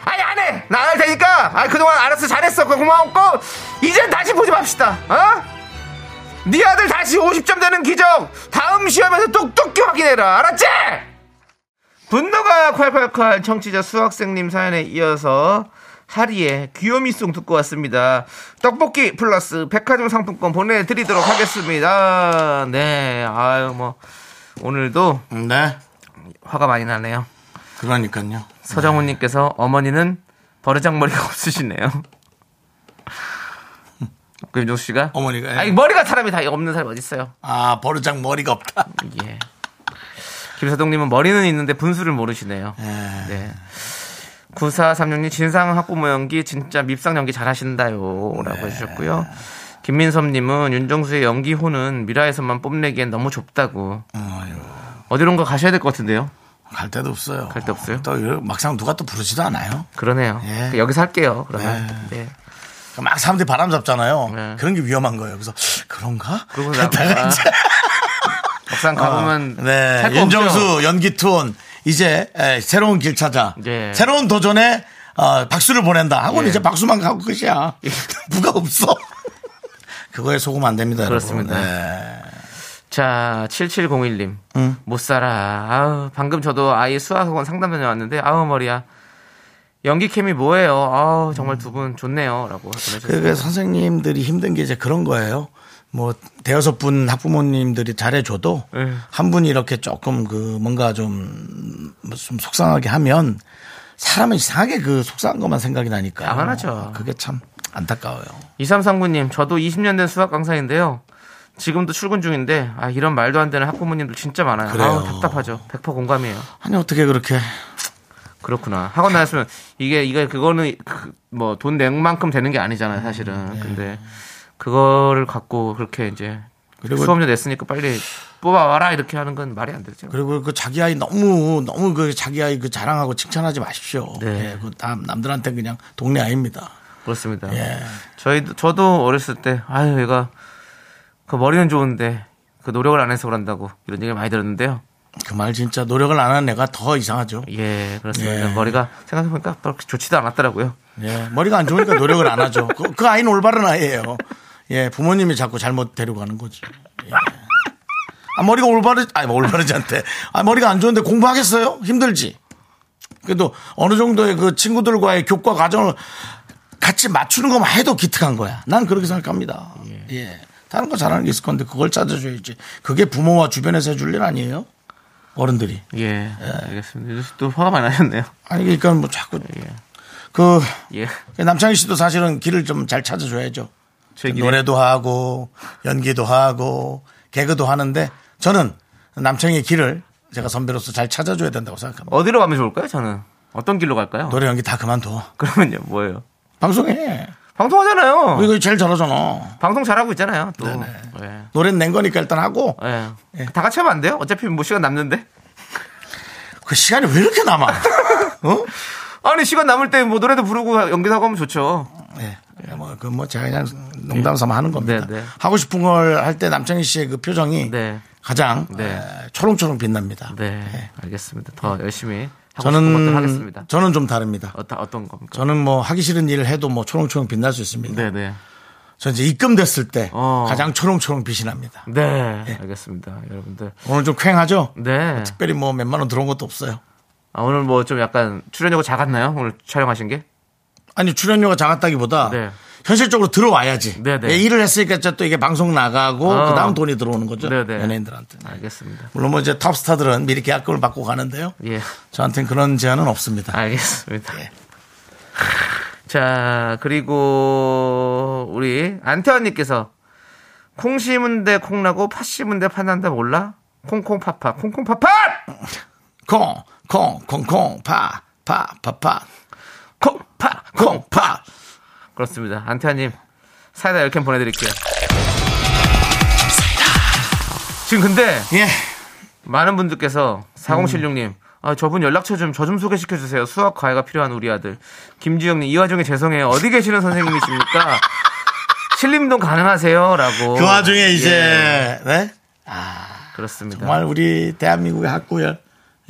S2: 아니 안 해. 나 안 할 테니까. 아 그동안 알았어 잘했어. 그거 고마웠고 이젠 다시 보지 맙시다. 어? 네 아들 다시 50점 되는 기적 다음 시험에서 똑똑히 확인해라. 알았지? 분노가 콸콸콸 청취자 수학생님 사연에 이어서 하리의 귀요미송 듣고 왔습니다. 떡볶이 플러스 백화점 상품권 보내드리도록 하겠습니다. 네, 아유 뭐 오늘도
S1: 네.
S2: 화가 많이 나네요.
S1: 그러니까요.
S2: 서정훈님께서 어머니는 버르장머리가 없으시네요. 김종수 씨가
S1: 어머니가, 예.
S2: 아니 머리가 사람이 다 없는 사람이 어디 있어요?
S1: 아, 버르장 머리가 없다.
S2: 예. 김사동님은 머리는 있는데 분수를 모르시네요.
S1: 예.
S2: 네. 9436님 진상 학부모 연기 진짜 밉상 연기 잘하신다요라고
S1: 네.
S2: 해주셨고요. 김민섭님은 윤정수의 연기호는 미라에서만 뽐내기엔 너무 좁다고
S1: 어,
S2: 어디론가 가셔야 될 것 같은데요.
S1: 갈 데도 없어요.
S2: 갈 데 없어요?
S1: 또 이거 막상 누가 또 부르지도 않아요.
S2: 그러네요.
S1: 예.
S2: 여기서 할게요. 그러면 네.
S1: 그러니까 막 사람들이 바람 잡잖아요.
S2: 네.
S1: 그런 게 위험한 거예요. 그래서 그런가?
S2: 그러고 나-
S1: 그랬다가
S2: 아,
S1: 이제
S2: 막상 가보면
S1: 어, 네.
S2: 살거 없죠.
S1: 윤정수 연기 투혼 이제 에, 새로운 길 찾아
S2: 예.
S1: 새로운 도전에 어, 박수를 보낸다. 하고는
S2: 예.
S1: 이제 박수만 가고 끝이야. 누가 없어. 그거에 속으면 안 됩니다. 여러분.
S2: 그렇습니다.
S1: 네.
S2: 자, 7701님. 못 살아. 아우, 방금 저도 아이 수학학원 상담 다녀왔는데, 아우, 머리야. 연기 캠이 뭐예요? 아우, 정말 두 분 좋네요. 라고 보내주셨어요.
S1: 그게 선생님들이 힘든 게 이제 그런 거예요. 뭐 대여섯 분 학부모님들이 잘해줘도
S2: 예.
S1: 한 분이 이렇게 조금 그 뭔가 좀좀 속상하게 하면 사람은 이상하게 그 속상한 것만 생각이 나니까
S2: 당연하죠.
S1: 그게 참 안타까워요.
S2: 2339님, 저도 20년 된 수학 강사인데요. 지금도 출근 중인데, 아, 이런 말도 안 되는 학부모님들 진짜 많아요.
S1: 그래요.
S2: 아우, 답답하죠. 100% 공감이에요.
S1: 아니 어떻게 그렇게
S2: 그렇구나. 학원 다녔으면, 이게, 이게, 그거는, 그, 뭐, 돈 낸 만큼 되는 게 아니잖아요,
S1: 음,
S2: 사실은.
S1: 네.
S2: 근데, 그거를 갖고, 그렇게 이제,
S1: 그리고-
S2: 수업료 냈으니까 빨리 뽑아와라, 이렇게 하는 건 말이 안 되죠.
S1: 그리고 그 자기 아이 너무 너무 그 자기 아이 그 자랑하고 칭찬하지 마십시오.
S2: 네.
S1: 예, 그 남, 남들한테 그냥 동네 아이입니다.
S2: 그렇습니다.
S1: 예.
S2: 저희도 저도 어렸을 때 아유 얘가 그 머리는 좋은데 그 노력을 안 해서 그런다고 이런 얘기를 많이 들었는데요.
S1: 그 말 진짜 노력을 안 하는 애가 더 이상하죠.
S2: 예 그렇습니다.
S1: 예.
S2: 머리가 생각해보니까 그렇게 좋지도 않았더라고요.
S1: 예, 머리가 안 좋으니까 노력을 안 하죠. 그, 그 아이는 올바른 아이예요. 예, 부모님이 자꾸 잘못 데리고 가는 거지. 예. 아, 머리가 올바르, 아니, 뭐 올바르지 않대. 아, 머리가 안 좋은데 공부하겠어요? 힘들지. 그래도 어느 정도의 그 친구들과의 교과 과정을 같이 맞추는 것만 해도 기특한 거야. 난 그렇게 생각합니다. 예. 다른 거 잘하는 게 있을 건데 그걸 찾아줘야지. 그게 부모와 주변에서 해줄 일 아니에요? 어른들이.
S2: 예, 알겠습니다. 요새 또 화가 많이 나셨네요.
S1: 아니, 그러니까 뭐 자꾸 그
S2: 예.
S1: 남창희 씨도 사실은 길을 좀 잘 찾아줘야죠.
S2: 제 길에-
S1: 그 노래도 하고 연기도 하고 개그도 하는데 저는 남창희의 길을 제가 선배로서 잘 찾아줘야 된다고 생각합니다.
S2: 어디로 가면 좋을까요? 저는 어떤 길로 갈까요?
S1: 노래 연기 다 그만둬.
S2: 그러면요 뭐예요?
S1: 방송해.
S2: 방송하잖아요.
S1: 우리 이거 제일 잘하잖아.
S2: 방송 잘하고 있잖아요. 또 예.
S1: 노래는 낸 거니까 일단 하고
S2: 예.
S1: 예.
S2: 다 같이 하면 안 돼요? 어차피 뭐 시간 남는데.
S1: 그 시간이 왜 이렇게 남아? 어?
S2: 아니 시간 남을 때 뭐 노래도 부르고 연기도 하고 하면 좋죠.
S1: 예. 뭐, 그, 뭐, 제가 그냥 농담 삼아 하는 겁니다.
S2: 네, 네.
S1: 하고 싶은 걸 할 때 남창희 씨의 그 표정이
S2: 네.
S1: 가장
S2: 네.
S1: 에, 초롱초롱 빛납니다.
S2: 네,
S1: 예.
S2: 알겠습니다. 더 열심히 하고 싶은 것들
S1: 저는,
S2: 하겠습니다.
S1: 저는 좀 다릅니다.
S2: 어떤 어떤 겁니까?
S1: 저는 뭐 하기 싫은 일을 해도 뭐 초롱초롱 빛날 수 있습니다.
S2: 네, 네,
S1: 저 이제 입금됐을 때
S2: 어.
S1: 가장 초롱초롱 빛이 납니다.
S2: 네,
S1: 예.
S2: 알겠습니다, 여러분들.
S1: 오늘 좀 쾌행하죠?
S2: 네,
S1: 특별히 뭐 몇만 원 들어온 것도 없어요.
S2: 아, 오늘 뭐 좀 약간 출연료가 작았나요? 오늘 촬영하신 게?
S1: 아니 출연료가 작았다기보다
S2: 네.
S1: 현실적으로 들어와야지.
S2: 네, 네.
S1: 예, 일을 했으니까 이제 또 이게 방송 나가고
S2: 어.
S1: 그다음 돈이 들어오는 거죠.
S2: 네, 네.
S1: 연예인들한테.
S2: 알겠습니다.
S1: 물론 뭐 이제 탑스타들은 미리 계약금을 받고 가는데요.
S2: 예,
S1: 저한테는 그런 제한은
S2: 아.
S1: 없습니다.
S2: 알겠습니다.
S1: 예.
S2: 자, 그리고 우리 안태환님께서 콩 심은 데 콩나고 팥 심은 데 팥난다 몰라? 콩콩파파, 콩콩파파!
S1: 콩, 콩, 콩, 콩, 파, 파, 파, 파,
S2: 콩파!
S1: 콩, 파.
S2: 그렇습니다. 안태환님 사이다 10캔 보내드릴게요. 지금 근데
S1: 예.
S2: 많은 분들께서
S1: 음.
S2: 4076님 아, 저분 연락처 좀 저 좀 소개시켜 주세요. 수학 과외가 필요한 우리 아들 김지영님 이화중에 죄송해요. 어디 계시는 선생님이십니까? 신림동 가능하세요?라고. 예,
S1: 그 와중에 이제 네?
S2: 그렇습니다.
S1: 정말 우리 대한민국의 학구열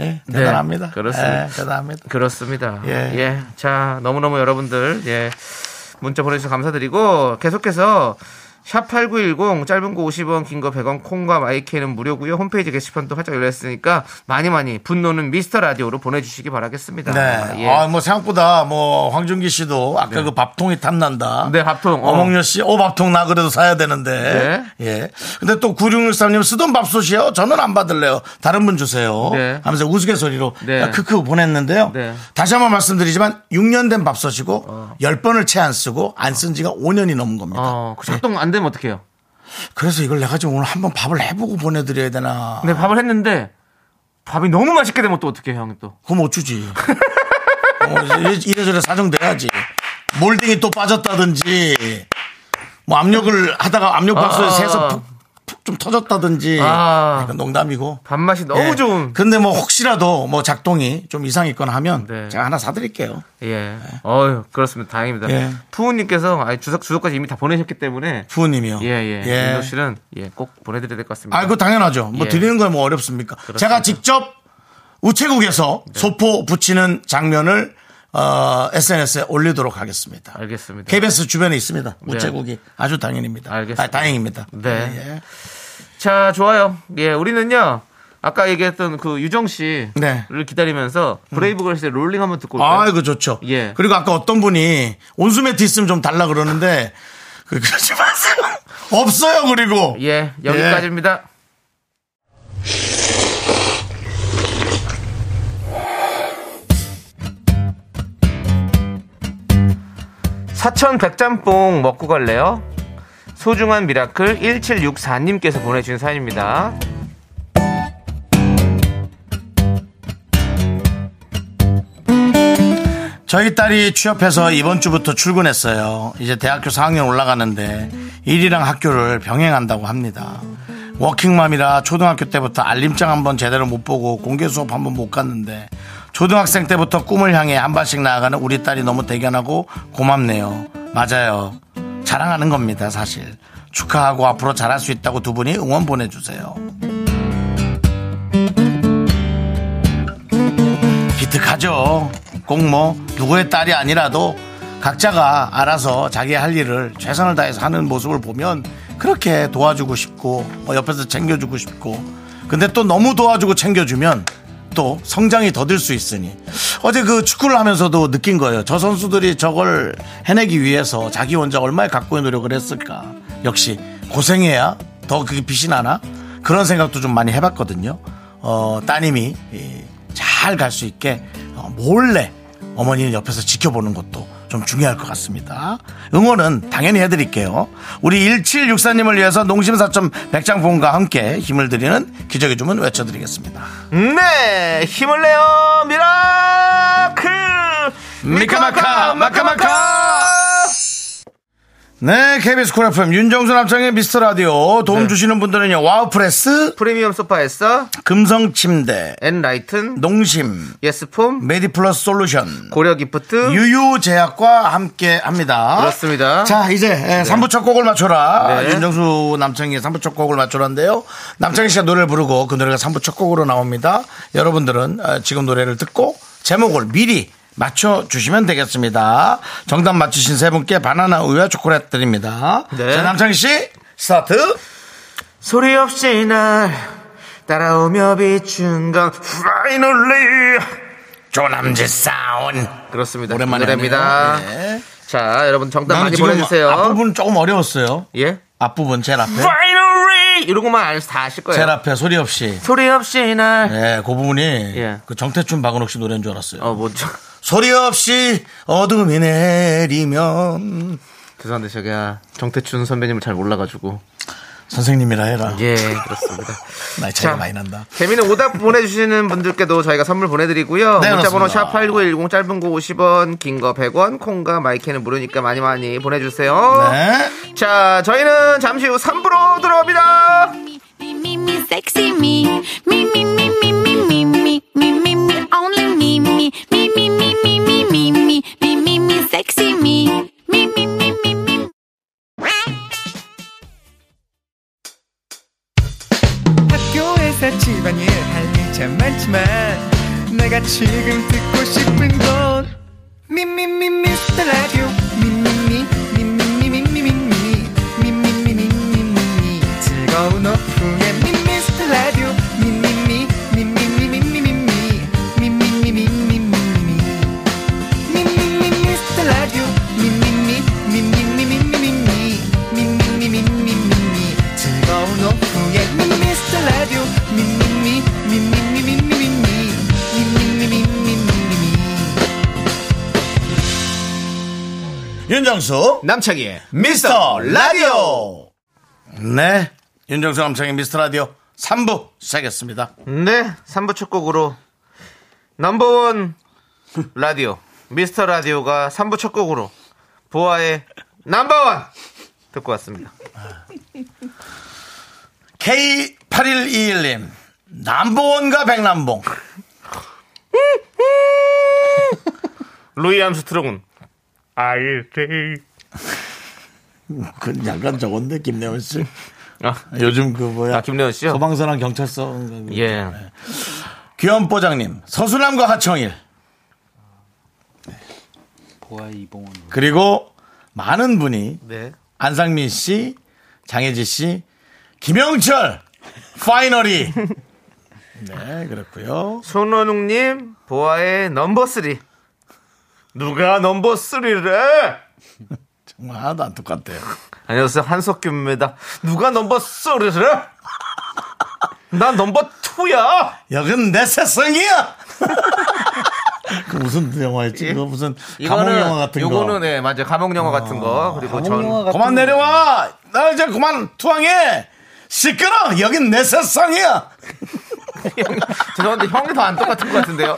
S1: 예, 대단합니다.
S2: 네, 그렇습니다.
S1: 예, 대단합니다.
S2: 그렇습니다. 예.
S1: 예.
S2: 자, 너무너무 여러분들, 예. 문자 보내주셔서 감사드리고, 계속해서 샵8910 짧은 거 50원 긴 거 100원 콩과 마이크는 무료고요. 홈페이지 게시판도 활짝 열려 있으니까 많이 많이 분노는 미스터 라디오로 보내 주시기 바라겠습니다.
S1: 네.
S2: 예.
S1: 아, 뭐 생각보다 뭐 황준기 씨도 아까 그 밥통이 탐난다.
S2: 네, 밥통. 어. 네.
S1: 어몽여 씨, 오 밥통 나 그래도 사야 되는데. 예. 근데 또 9613님 쓰던 밥솥이요. 저는 안 받을래요. 다른 분 주세요.
S2: 네.
S1: 하면서 우스갯소리로
S2: 네.
S1: 야, 크크 보냈는데요.
S2: 네.
S1: 다시 한번 말씀드리지만 6년 된 밥솥이고 10번을 채 안 쓰고 안 쓴 지가 5년이 넘은 겁니다.
S2: 어, 그 작동 안 되면 어떡해요?
S1: 그래서 이걸 내가 지금 오늘 한번 밥을 해보고 보내드려야 되나.
S2: 근데 네, 밥을 했는데 밥이 너무 맛있게 되면 또 어떡해요, 형님 또?
S1: 그럼 어쩌지. 어, 이래- 이래저래 사정돼야지. 몰딩이 또 빠졌다든지, 뭐 압력을 하다가 압력밥솥에
S2: 아.
S1: 새서 푹, 푹좀 터졌다든지.
S2: 아.
S1: 이건 농담이고.
S2: 밥맛이 너무
S1: 예.
S2: 좋은.
S1: 근데 뭐 혹시라도 뭐 작동이 좀 이상했거나 하면
S2: 네.
S1: 제가 하나 사드릴게요.
S2: 예. 어유 그렇습니다. 다행입니다.
S1: 예.
S2: 푸우님께서 아니, 주석 주석까지 이미 다 보내셨기 때문에
S1: 부모님이요.
S2: 예, 예. 윤조 씨는 예, 꼭 보내드려야 될 것 같습니다.
S1: 아, 그거 당연하죠. 뭐
S2: 예.
S1: 드리는 거야 뭐 어렵습니까?
S2: 그렇습니다. 네.
S1: 제가 직접 우체국에서 소포 붙이는 장면을 어, SNS에 올리도록 하겠습니다.
S2: 알겠습니다.
S1: KBS 주변에 있습니다. 우체국이 아주 당연입니다.
S2: 네. 알겠습니다.
S1: 아, 다행입니다.
S2: 네.
S1: 예.
S2: 자, 좋아요. 예, 우리는요. 아까 얘기했던 그 유정 씨를
S1: 네.
S2: 기다리면서 브레이브걸스의 롤링 한번 듣고 올까요?
S1: 아, 이거 좋죠.
S2: 예.
S1: 그리고 아까 어떤 분이 온수 매트 있으면 좀 달라 그러는데 그- 그러지 마세요. 없어요. 그리고
S2: 예, 여기까지입니다. 사천 백짬뽕 먹고 갈래요? 소중한 미라클 1764님께서 보내주신 사연입니다.
S1: 저희 딸이 취업해서 이번 주부터 출근했어요. 이제 대학교 4학년 올라가는데 일이랑 학교를 병행한다고 합니다. 워킹맘이라 초등학교 때부터 알림장 한번 제대로 못 보고 공개 수업 한번 못 갔는데 초등학생 때부터 꿈을 향해 한 발씩 나아가는 우리 딸이 너무 대견하고 고맙네요. 맞아요. 자랑하는 겁니다, 사실. 축하하고 앞으로 잘할 수 있다고 두 분이 응원 보내주세요. 기특하죠. 꼭 뭐 누구의 딸이 아니라도 각자가 알아서 자기 할 일을 최선을 다해서 하는 모습을 보면 그렇게 도와주고 싶고 뭐 옆에서 챙겨주고 싶고 근데 또 너무 도와주고 챙겨주면 또 성장이 더딜 수 있으니 어제 그 축구를 하면서도 느낀 거예요. 저 선수들이 저걸 해내기 위해서 자기 혼자 얼마의 각고의 노력을 했을까. 역시 고생해야 더 그게 빛이 나나 그런 생각도 좀 많이 해봤거든요. 어, 따님이 잘 갈 수 있게 어, 몰래 어머니는 옆에서 지켜보는 것도 좀 중요할 것 같습니다. 응원은 당연히 해드릴게요. 우리 1764님을 위해서 농심사점 백장봉과 함께 힘을 드리는 기적의 주문 외쳐드리겠습니다.
S2: 네! 힘을 내요! 미라클!
S1: 미카마카, 마카마카! 네, KBS 쿨 FM 윤정수 남창의 미스터 라디오 도움 주시는 분들은요. 와우프레스,
S2: 프리미엄 소파에서
S1: 금성침대,
S2: 엔라이튼,
S1: 농심,
S2: 예스폼,
S1: 메디플러스 솔루션,
S2: 고려 기프트,
S1: 유유제약과 함께 합니다.
S2: 그렇습니다.
S1: 자, 이제 예, 3부 첫 곡을 맞춰라.
S2: 네.
S1: 윤정수 남창희의 3부 첫 곡을 맞춰라인데요. 남창희 씨가 노래를 부르고 그 노래가 3부 첫 곡으로 나옵니다. 여러분들은 어, 지금 노래를 듣고 제목을 미리 맞춰주시면 되겠습니다. 정답 맞추신 세 분께 바나나 우유와 초콜릿 드립니다.
S2: 네.
S1: 자, 남창희 씨, 스타트!
S2: 소리 없이 날 따라오며 비춘 건 파이널리
S1: 조남지 사운.
S2: 그렇습니다.
S1: 오랜만에
S2: 노래입니다.
S1: 하네요. 예.
S2: 자, 여러분 정답
S1: 나는
S2: 많이
S1: 지금 뭐
S2: 보내주세요.
S1: 앞부분 조금 어려웠어요.
S2: 예,
S1: 앞부분 제일 앞에.
S2: 파이널리 이런 것만 알면서 다 아실 거예요.
S1: 제일 앞에 소리 없이.
S2: 소리 없이 날.
S1: 예, 그 부분이 그 정태춘 박은옥 씨 노래인 줄 알았어요.
S2: 어, 뭐죠?
S1: 소리 없이 어둠이 내리면
S2: 죄송한데 제가 정태춘 선배님을 잘 몰라가지고.
S1: 선생님이라 해라.
S2: 예, 그렇습니다.
S1: 나이 차이가
S2: 자.
S1: 많이 난다.
S2: 재미는 오답 보내주시는 분들께도 저희가 선물 보내드리고요.
S1: 네,
S2: 문자번호
S1: 그렇습니다.
S2: 샵8910 짧은 거 50원, 긴 거 100원, 콩과 마이크는 무료니까 많이 많이 보내주세요.
S1: 네.
S2: 자, 저희는 잠시 후 3부로 돌아옵니다.
S6: Me, me, me, sexy me. Me, me, me, me, me, me, me, me, me, me, only me, me. Me, me, me, me, me, me, me, me, me, me, sexy me. Me, me, me, me, me.
S7: 학교에서 집안일 할 일 참 많지만 내가 지금 듣고 싶은 건 미미미 미스터 라디오 미미미 미미미 미미미 미미미
S8: 윤정수
S2: 남창희의
S8: 미스터 라디오
S1: 네. 윤정수 남창의 미스터 라디오 3부 시작했습니다.
S2: 네, 3부 첫 곡으로 넘버원 라디오 미스터 라디오가 3부 첫 곡으로 보아의 넘버원 듣고 왔습니다.
S1: K8121님. 남보원과 백남봉.
S2: 루이 암스트롱은 I say
S1: 그 약간 저건데 김내원 씨.
S2: 아,
S1: 요즘 그 뭐야?
S2: 아, 김래원 씨요?
S1: 소방서랑 네. 경찰서.
S2: 예.
S1: 귀염뽀장님, 서수남과 하청일. 그리고 많은 분이
S2: 네.
S1: 안상민 씨, 장혜지 씨, 김영철 파이널이. 네, 그렇고요.
S2: 손원웅 님 보아의 넘버 3. 누가 넘버 3를
S1: 정말 하나도 안 똑같아요.
S2: 안녕하세요. 한석규입니다. 누가 넘버 3를 난 넘버 2야.
S1: 여긴 내 세상이야. 그 무슨 영화였지? 그거 무슨 감옥 영화 같은 거.
S2: 요거는 네, 맞아요. 감옥 영화 같은 거. 그리고 전
S1: 그만 내려와. 나 이제 그만 투항해. 시끄러. 여긴 내 세상이야.
S2: 죄송한데 형이 더 안 똑같은 것 같은데요.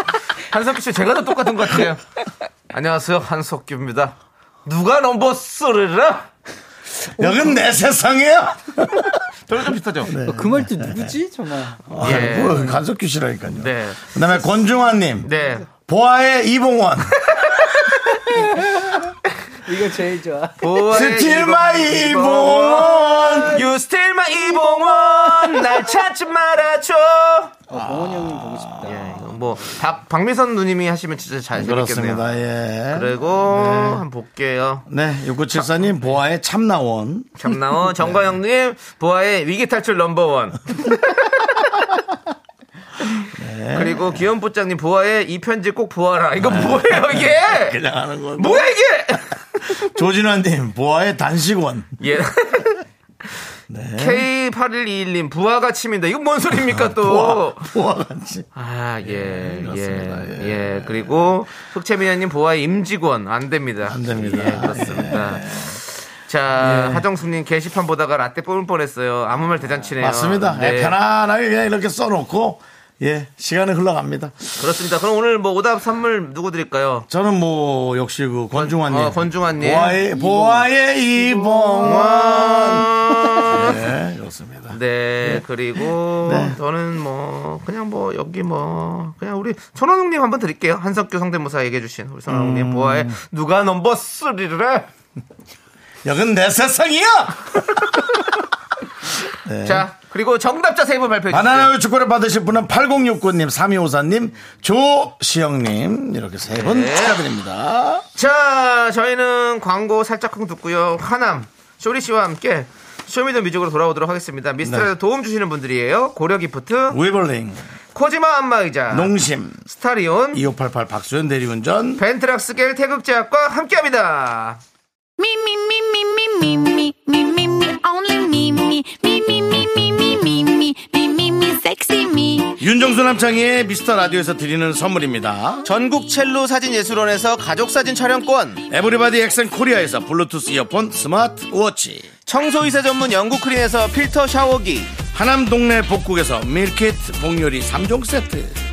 S2: 한석규 씨 제가 더 똑같은 것 같아요. 안녕하세요. 한석규입니다. 누가 넘버 3를
S1: 여긴 내 세상이야.
S2: 저랑 좀 비슷하죠? 네.
S9: 그 말도 누구지 정말
S2: 예.
S1: 뭐 간섭규 씨라니까요.
S2: 네.
S1: 그다음에 권중환님, 보아의 이봉원,
S9: 이거 제일 좋아
S2: 보아의
S1: 스틸
S2: 이봉-
S1: 마이 이봉원.
S2: You still my 이봉원. 날 찾지 말아줘.
S9: 어, 봉원이 형님 보고 싶다
S2: 예, 이거 뭐, 박, 박미선 누님이 하시면 진짜 잘 재밌겠네요.
S1: 그렇습니다. 예.
S2: 그리고 한번 볼게요.
S1: 네, 6974님 보아의 참나원.
S2: 참나오 정과영님 보아의 위기 탈출 넘버원.
S1: 네.
S2: 그리고 기현포장님 보아의 이 편지 꼭 보아라. 이거 뭐예요 이게?
S1: 그냥 하는 거.
S2: 뭐야 이게?
S1: 조진환님 보아의 단식원.
S2: 예.
S1: 네.
S2: K8121님 부하가 침인다. 이건 뭔
S1: 아,
S2: 소리입니까 또?
S1: 보아 같이.
S2: 아, 예, 예,
S1: 그렇습니다.
S2: 예, 그리고 흑채미녀님 보아의 임직원 안 됩니다.
S1: 안 됩니다. 예.
S2: 예, 그렇습니다. 자, 하정숙님 게시판 보다가 라떼 뽑을 뻔했어요. 아무 말 대잔치네요.
S1: 맞습니다. 예,
S2: 네.
S1: 편안하게 그냥 이렇게 써놓고 예 시간은 흘러갑니다.
S2: 그렇습니다. 그럼 오늘 뭐 오답 선물 누구 드릴까요?
S1: 저는 뭐 역시 그 권중환님,
S2: 어, 권중환님.
S1: 보아의 보아의 이봉원. 네, 그렇습니다.
S2: 네, 그리고
S1: 네.
S2: 저는 뭐 그냥 뭐 여기 뭐 그냥 우리 손원웅님 한번 드릴게요. 한석규 성대모사 얘기해주신 우리 손원웅님
S1: 음.
S2: 보아의 누가 넘버 3를
S1: 여긴 내 세상이야.
S2: 자 그리고 정답자 세분 발표해 주세요.
S1: 네. 바나나 축구를 받으실 분은 8069님, 3254님, 조시영님 이렇게 세 분
S2: 네.
S1: 축하드립니다.
S2: 자, 저희는 광고 살짝쿵 듣고요. 하남, 쇼리 씨와 함께 쇼미더 뮤직으로 돌아오도록 하겠습니다. 미스터에서 도움 주시는 분들이에요. 고려 기프트,
S1: 위블링,
S2: 코지마 안마의자,
S1: 농심,
S2: 스타리온,
S1: 2588 박수현 대리운전,
S2: 벤트락스 겔 태극제약과 함께합니다.
S6: Me, me, me, me, me, me, me, me, me, me, only me, me, me, me, me, me, me, me, me, me, me, me, sexy me.
S1: 윤정수 남창희의 미스터 라디오에서 드리는 선물입니다.
S2: 전국 첼로 사진 예술원에서 가족 사진 촬영권,
S1: 에브리바디 엑센 코리아에서 블루투스 이어폰 스마트 워치
S2: 청소이사 전문 영국 크린에서 필터 샤워기,
S1: 하남 동네 복국에서 밀키트 복요리 3종 세트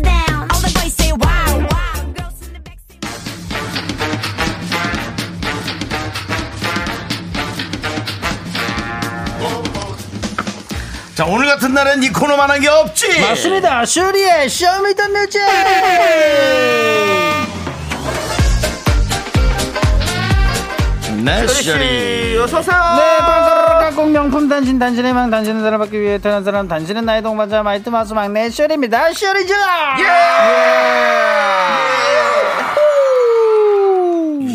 S6: down. All the boys say wow, wow. Girls in the backseat.
S1: 자 오늘 같은 날엔 이 코너만한 게 없지
S9: 맞습니다 슈리의 쇼미더뮤직
S1: 네 시절이
S9: 네, 번거로운 꼭 명품 단신, 단신의 망, 단신의 사람 받기 위해 태어난 사람, 단신의 나이 동반자, 마이트 마수 막내 쇼리입니다. 쇼리죠!
S2: 예!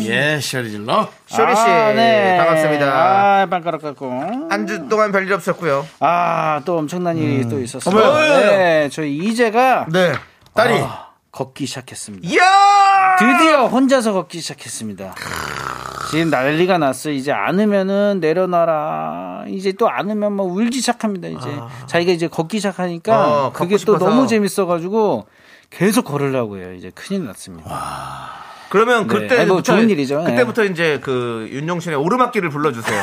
S1: 예 네, 쇼리질러.
S2: 쇼리 씨,
S1: 아, 네.
S2: 반갑습니다.
S10: 아, 빵가락 깎고.
S2: 한 주 동안 별일 없었고요.
S10: 아, 또 엄청난 일이 또 있었어요.
S2: 어, 뭐예요?
S10: 네, 저희 이재가
S1: 네, 딸이
S10: 아, 걷기 시작했습니다.
S2: 아. 이야!
S10: 드디어 혼자서 걷기 시작했습니다. 지금 난리가 났어. 이제 안으면은 내려놔라. 이제 또 안으면 막 울기 시작합니다. 이제
S1: 아.
S10: 자기가 이제 걷기 시작하니까
S2: 어, 걷고
S10: 그게 또
S2: 싶어서.
S10: 너무 재밌어가지고 계속 걸으려고 해요. 이제 큰일 났습니다.
S2: 그러면
S10: 네.
S2: 그때
S10: 아니, 뭐 좋은 일이죠. 네.
S2: 그때부터 이제 그 윤종신의 오르막길을 불러주세요.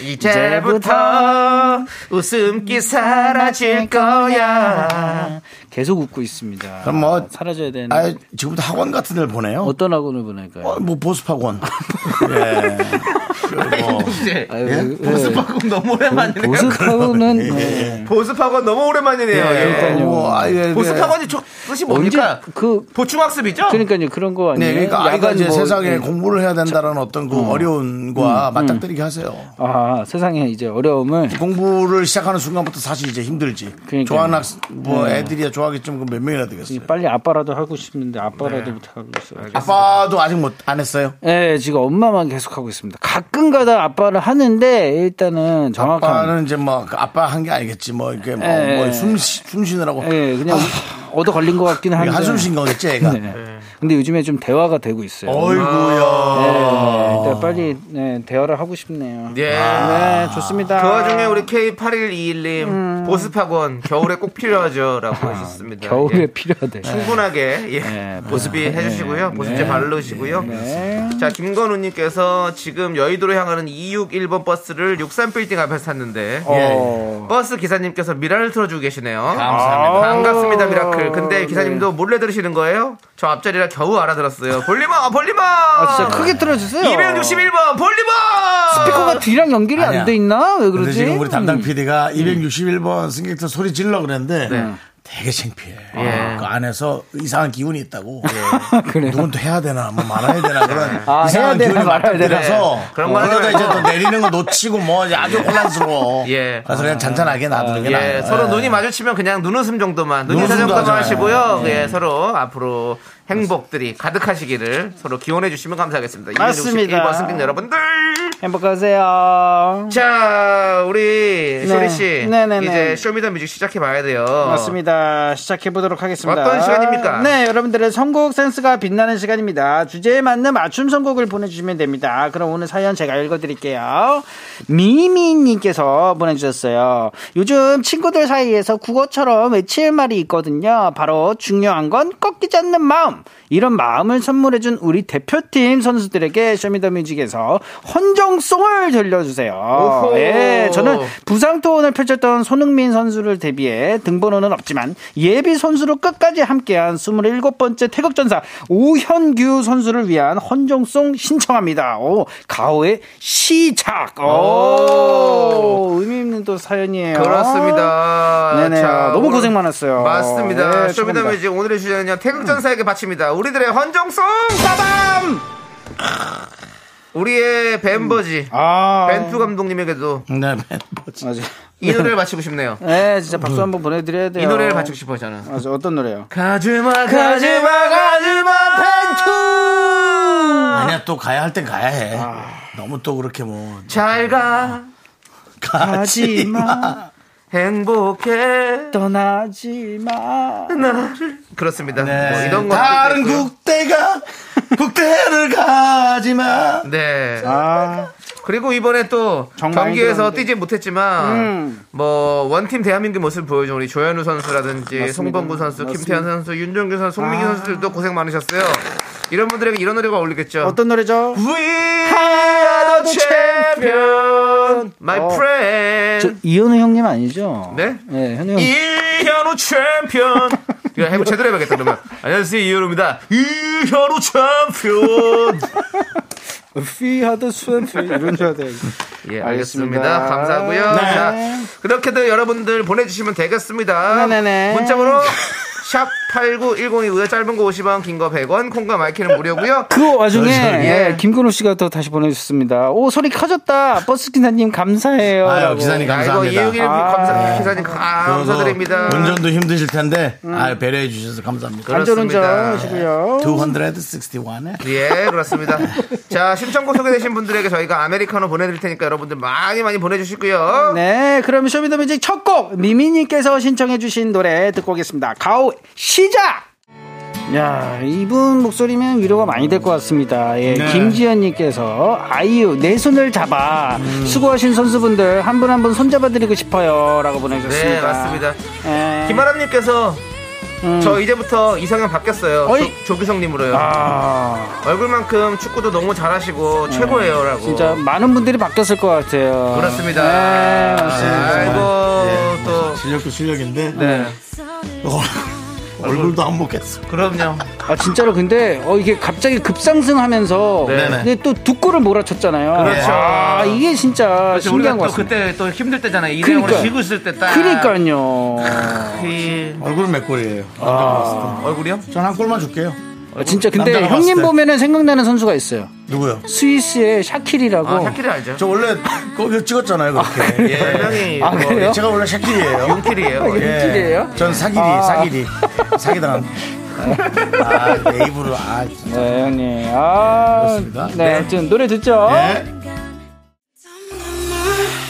S10: 이제부터
S2: 이제부터 웃음기 사라질 거야.
S10: 계속 웃고 있습니다.
S1: 그럼 뭐
S10: 사라져야 되는.
S1: 아, 지금부터 학원 같은 데를 보내요.
S10: 어떤 학원을 보낼까요?
S1: 어, 뭐 보습학원. 예.
S10: 아유,
S2: 예? 보습학원 너무 오랜만이네요.
S10: 예. 보습하고는
S2: 보습학원 너무 오랜만이네요. 예.
S10: 그러니까요.
S1: 예. 뭐, 아, 예, 네.
S2: 보습학원이 저 뜻이
S10: 언제
S2: 뭡니까?
S10: 그
S2: 보충학습이죠?
S10: 그러니까요 그런 거 아니에요?
S1: 네, 그러니까 아이가
S10: 약간
S1: 이제
S10: 뭐,
S1: 세상에
S10: 예.
S1: 공부를 해야 된다는 어떤 음. 그 어려움과 맞닥뜨리게 하세요.
S10: 아 세상에 이제 어려움을
S1: 공부를 시작하는 순간부터 사실 이제 힘들지.
S10: 그러니까요.
S1: 좋아하는 학, 뭐 애들이야 좋아하겠지만 그몇 명이나 되겠어요.
S10: 음, 빨리 아빠라도 하고 싶은데 아빠라도
S1: 네.
S10: 못하고 있어요.
S1: 아빠도 아직 못 안 했어요.
S10: 네, 지금 엄마만 계속 하고 있습니다. 가끔가다 아빠를 하는데 일단은 정확한.
S1: 아빠는 이제 뭐그 아빠 한 게 아니겠지. 뭐 이렇게 뭐,
S10: 예.
S1: 뭐 숨, 쉬- 숨 쉬느라고
S10: 예, 그냥 얻어 걸린 것 같긴 한데.
S1: 아. 한숨 쉰 거겠지 애가.
S10: 네. 근데 요즘에 좀 대화가 되고 있어요.
S1: 어이구야.
S10: 네, 일단 빨리 네, 대화를 하고 싶네요.
S2: 예.
S10: 네, 좋습니다.
S2: 그 와중에 우리 K8121님 보습학원 겨울에 꼭 필요하죠라고 하셨습니다.
S10: 음. 아, 겨울에
S2: 예.
S10: 필요하대.
S2: 충분하게 예.
S10: 네,
S2: 보습이 해주시고요. 보습제 바르시고요. 자 김건우님께서 지금 여의도로 향하는 261번 버스를 63빌딩 앞에서 탔는데
S1: 예.
S10: 어.
S2: 버스 기사님께서 미라를 틀어주고 계시네요. 아.
S10: 감사합니다.
S2: 반갑습니다 미라클.
S10: 네.
S2: 근데 기사님도 몰래 들으시는 거예요? 저 앞자리라 겨우 알아들었어요. 볼리머 볼리머.
S10: 아, 진짜 크게 틀어주세요.
S2: 261번 볼리머.
S10: 스피커가 뒤랑 연결이 안
S1: 아니야.
S10: 돼 있나? 왜
S1: 근데
S10: 그러지? 음.
S1: 지금 우리 담당 PD가 261번 승객들 소리 질러 그랬는데 되게 창피해.
S2: 예.
S1: 그 안에서 이상한 기운이 있다고.
S10: 그래요?
S1: 누군 또 해야 되나, 뭐 말아야 되나 그런
S10: 아, 해야
S1: 이상한
S10: 되나,
S1: 기운이
S10: 말아야 되나.
S1: 맞닥뜨려서
S2: 네.
S1: 그런
S2: 그런 거 하지
S1: 거다 이제
S2: 말고.
S1: 또 내리는 거 놓치고 뭐 이제 아주 혼란스러워.
S2: 예.
S1: 그래서 그냥 잔잔하게 놔두는 게
S2: 예,
S1: 나아요.
S2: 서로 눈이 마주치면 그냥 눈웃음 정도만, 눈웃음
S1: 눈웃음도
S2: 정도만
S1: 하잖아요.
S2: 하시고요. 예, 서로 앞으로 행복들이 가득하시기를 서로 기원해 주시면 감사하겠습니다.
S10: 맞습니다.
S2: 261번 승객 여러분들.
S10: 행복하세요.
S2: 자, 우리
S10: 네.
S2: 쇼리 씨,
S10: 네, 네, 네.
S2: 이제 쇼미더뮤직 시작해 봐야 돼요.
S10: 맞습니다. 시작해 보도록 하겠습니다.
S2: 어떤 시간입니까?
S10: 네, 여러분들의 선곡 센스가 빛나는 시간입니다. 주제에 맞는 맞춤 선곡을 보내주시면 됩니다. 그럼 오늘 사연 제가 읽어드릴게요. 미미님께서 보내주셨어요. 요즘 친구들 사이에서 국어처럼 외칠 말이 있거든요. 바로 중요한 건 꺾이지 않는 마음. 이런 마음을 선물해준 우리 대표팀 선수들에게 쇼미더뮤직에서 헌정송을 들려주세요.
S2: 오호.
S10: 예, 저는 부상 투혼을 펼쳤던 손흥민 선수를 대비해 등번호는 없지만 예비 선수로 끝까지 함께한 27번째 태극전사 오현규 선수를 위한 헌정송 신청합니다. 오, 가오의 시작. 오, 의미 있는 또 사연이에요.
S2: 그렇습니다.
S10: 네네. 너무
S2: 오늘-
S10: 고생 많았어요.
S2: 맞습니다.
S10: 네,
S2: 쇼미더뮤직 오늘의 주제는요. 태극전사에게 바칩니다. 우리들의 헌정송 빠밤. 우리의 뱀버지
S10: 아,
S2: 벤투 감독님에게도
S1: 네, 멤버지.
S10: 맞아.
S2: 이 노래를 바치고 싶네요.
S10: 네, 진짜 박수 한번 보내드려야 돼요.
S2: 이 노래를 바치고 싶어요 저는.
S10: 맞아, 어떤 노래요?
S2: 가지마 가지마 가지마 벤투
S1: 아니야, 또 가야 할 땐 가야 해. 너무 또 그렇게 뭐.
S2: 잘가
S1: 가지 마.
S2: 행복해
S10: 떠나지 마.
S2: 나를 그렇습니다 뭐
S1: 네.
S2: 이런 것도
S1: 다른 국대가 국대를 가지마.
S2: 네
S10: 아.
S2: 그리고 이번에 또
S10: 정말
S2: 경기에서
S10: 힘들었는데.
S2: 뛰지 못했지만
S10: 음.
S2: 뭐 원팀 대한민국 모습을 보여준 우리 조현우 선수라든지
S10: 맞습니다.
S2: 송범구 선수
S10: 맞습니다. 아.
S2: 김태현 선수 윤종규 선수 송민기 선수들도 고생 많으셨어요 이런 분들에게 이런 노래가 어울리겠죠
S10: 어떤 노래죠?
S2: We are the champion, my
S10: 어.
S2: friend.
S10: 저 이현우 형님 아니죠?
S2: 네?
S10: 네, 현우 형.
S2: 이현우 챔피언. 이거 해보 제대로 해봐야겠다 그러면. 안녕하세요 이현우입니다. 이현우 챔피언.
S10: 피하드 스웩 이런 줄 알아요.
S2: 예,
S10: 알겠습니다.
S2: 알겠습니다. 감사하고요.
S10: 네.
S2: 자, 그렇게들 여러분들 보내주시면 되겠습니다.
S10: 네, 네네네.
S2: 문자번호 샵 8910이고요. 짧은 거 50원, 긴 거 100원, 콩과 마이크는 무료고요.
S10: 그 와중에
S2: 예.
S10: 예, 김근호 씨가 또 다시 보내주셨습니다. 오 소리 커졌다. 버스 기사님 감사해요.
S1: 아유,
S10: 라고.
S1: 기사님
S2: 아이고
S1: 네, 감사합니다.
S2: 이유길 감사 기사님 감사드립니다.
S1: 그래서 운전도 힘드실 텐데 아, 배려해 주셔서 감사합니다.
S2: 안전운전 그렇습니다.
S10: 하시고요.
S1: 261에
S2: 예, 그렇습니다. 자, 신청곡 소개되신 분들에게 저희가 아메리카노 보내드릴 테니까 여러분들 많이 많이 보내주시고요.
S10: 네, 그럼 쇼미더뮤직 첫 곡 미미님께서 신청해주신 노래 듣고 오겠습니다. 가오 시작. 야, 이분 목소리면 위로가 많이 될 것 같습니다. 예,
S11: 네.
S10: 김지연님께서 아이유 내 손을 잡아
S2: 음.
S10: 수고하신 선수분들 한 분 한 분 손잡아드리고 싶어요라고 보내주셨습니다.
S2: 네, 맞습니다.
S10: 예. 음.
S2: 김아람님께서 저 이제부터 이상형 바뀌었어요.
S10: 어이. 아.
S2: 조, 규성님으로요 얼굴만큼 축구도 너무 잘하시고 최고예요라고.
S10: 음. 진짜 많은 분들이 바뀌었을 것 같아요.
S2: 그렇습니다. 아,
S10: 네, 맞습니다. 네.
S2: 아이고 또
S1: 실력도 실력인데
S10: 얼굴도
S1: 안 먹겠어.
S2: 그럼요.
S10: 아 진짜로 근데 어 이게 갑자기 급상승하면서
S2: 네.
S10: 근데 또 두골을 몰아쳤잖아요.
S2: 그렇죠.
S10: 아 이게 진짜
S2: 그렇죠.
S10: 신기한
S2: 우리가 또
S10: 것 같습니다.
S2: 그때 또 힘들 때잖아요. 이대형으로
S10: 그러니까요.
S2: 지고 있을 때 딱.
S10: 그러니까요. 아,
S1: 얼굴 몇 골이에요?
S2: 얼굴이요?
S1: 전 한 골만 줄게요.
S10: 아, 진짜 근데
S1: 남자가 봤을
S10: 형님
S1: 때.
S10: 보면은 생각나는 선수가 있어요.
S1: 누구요?
S10: 스위스의 샤킬이라고.
S2: 아, 알죠.
S1: 저 원래 거기 찍었잖아요, 그렇게. 예.
S2: 별명이
S10: 아, 그래요?
S1: 제가 원래 샤킬이에요. 예.
S2: 용킬이에요.
S10: 용킬이에요?
S1: 전 사기리,
S10: 아.
S1: 사기리. 사기당한. 아, 내 입으로. 아, 진짜.
S10: 네, 형님. 아,
S1: 그렇습니다.
S10: 네,
S1: 네.
S10: 아무튼 노래 듣죠.
S1: 네.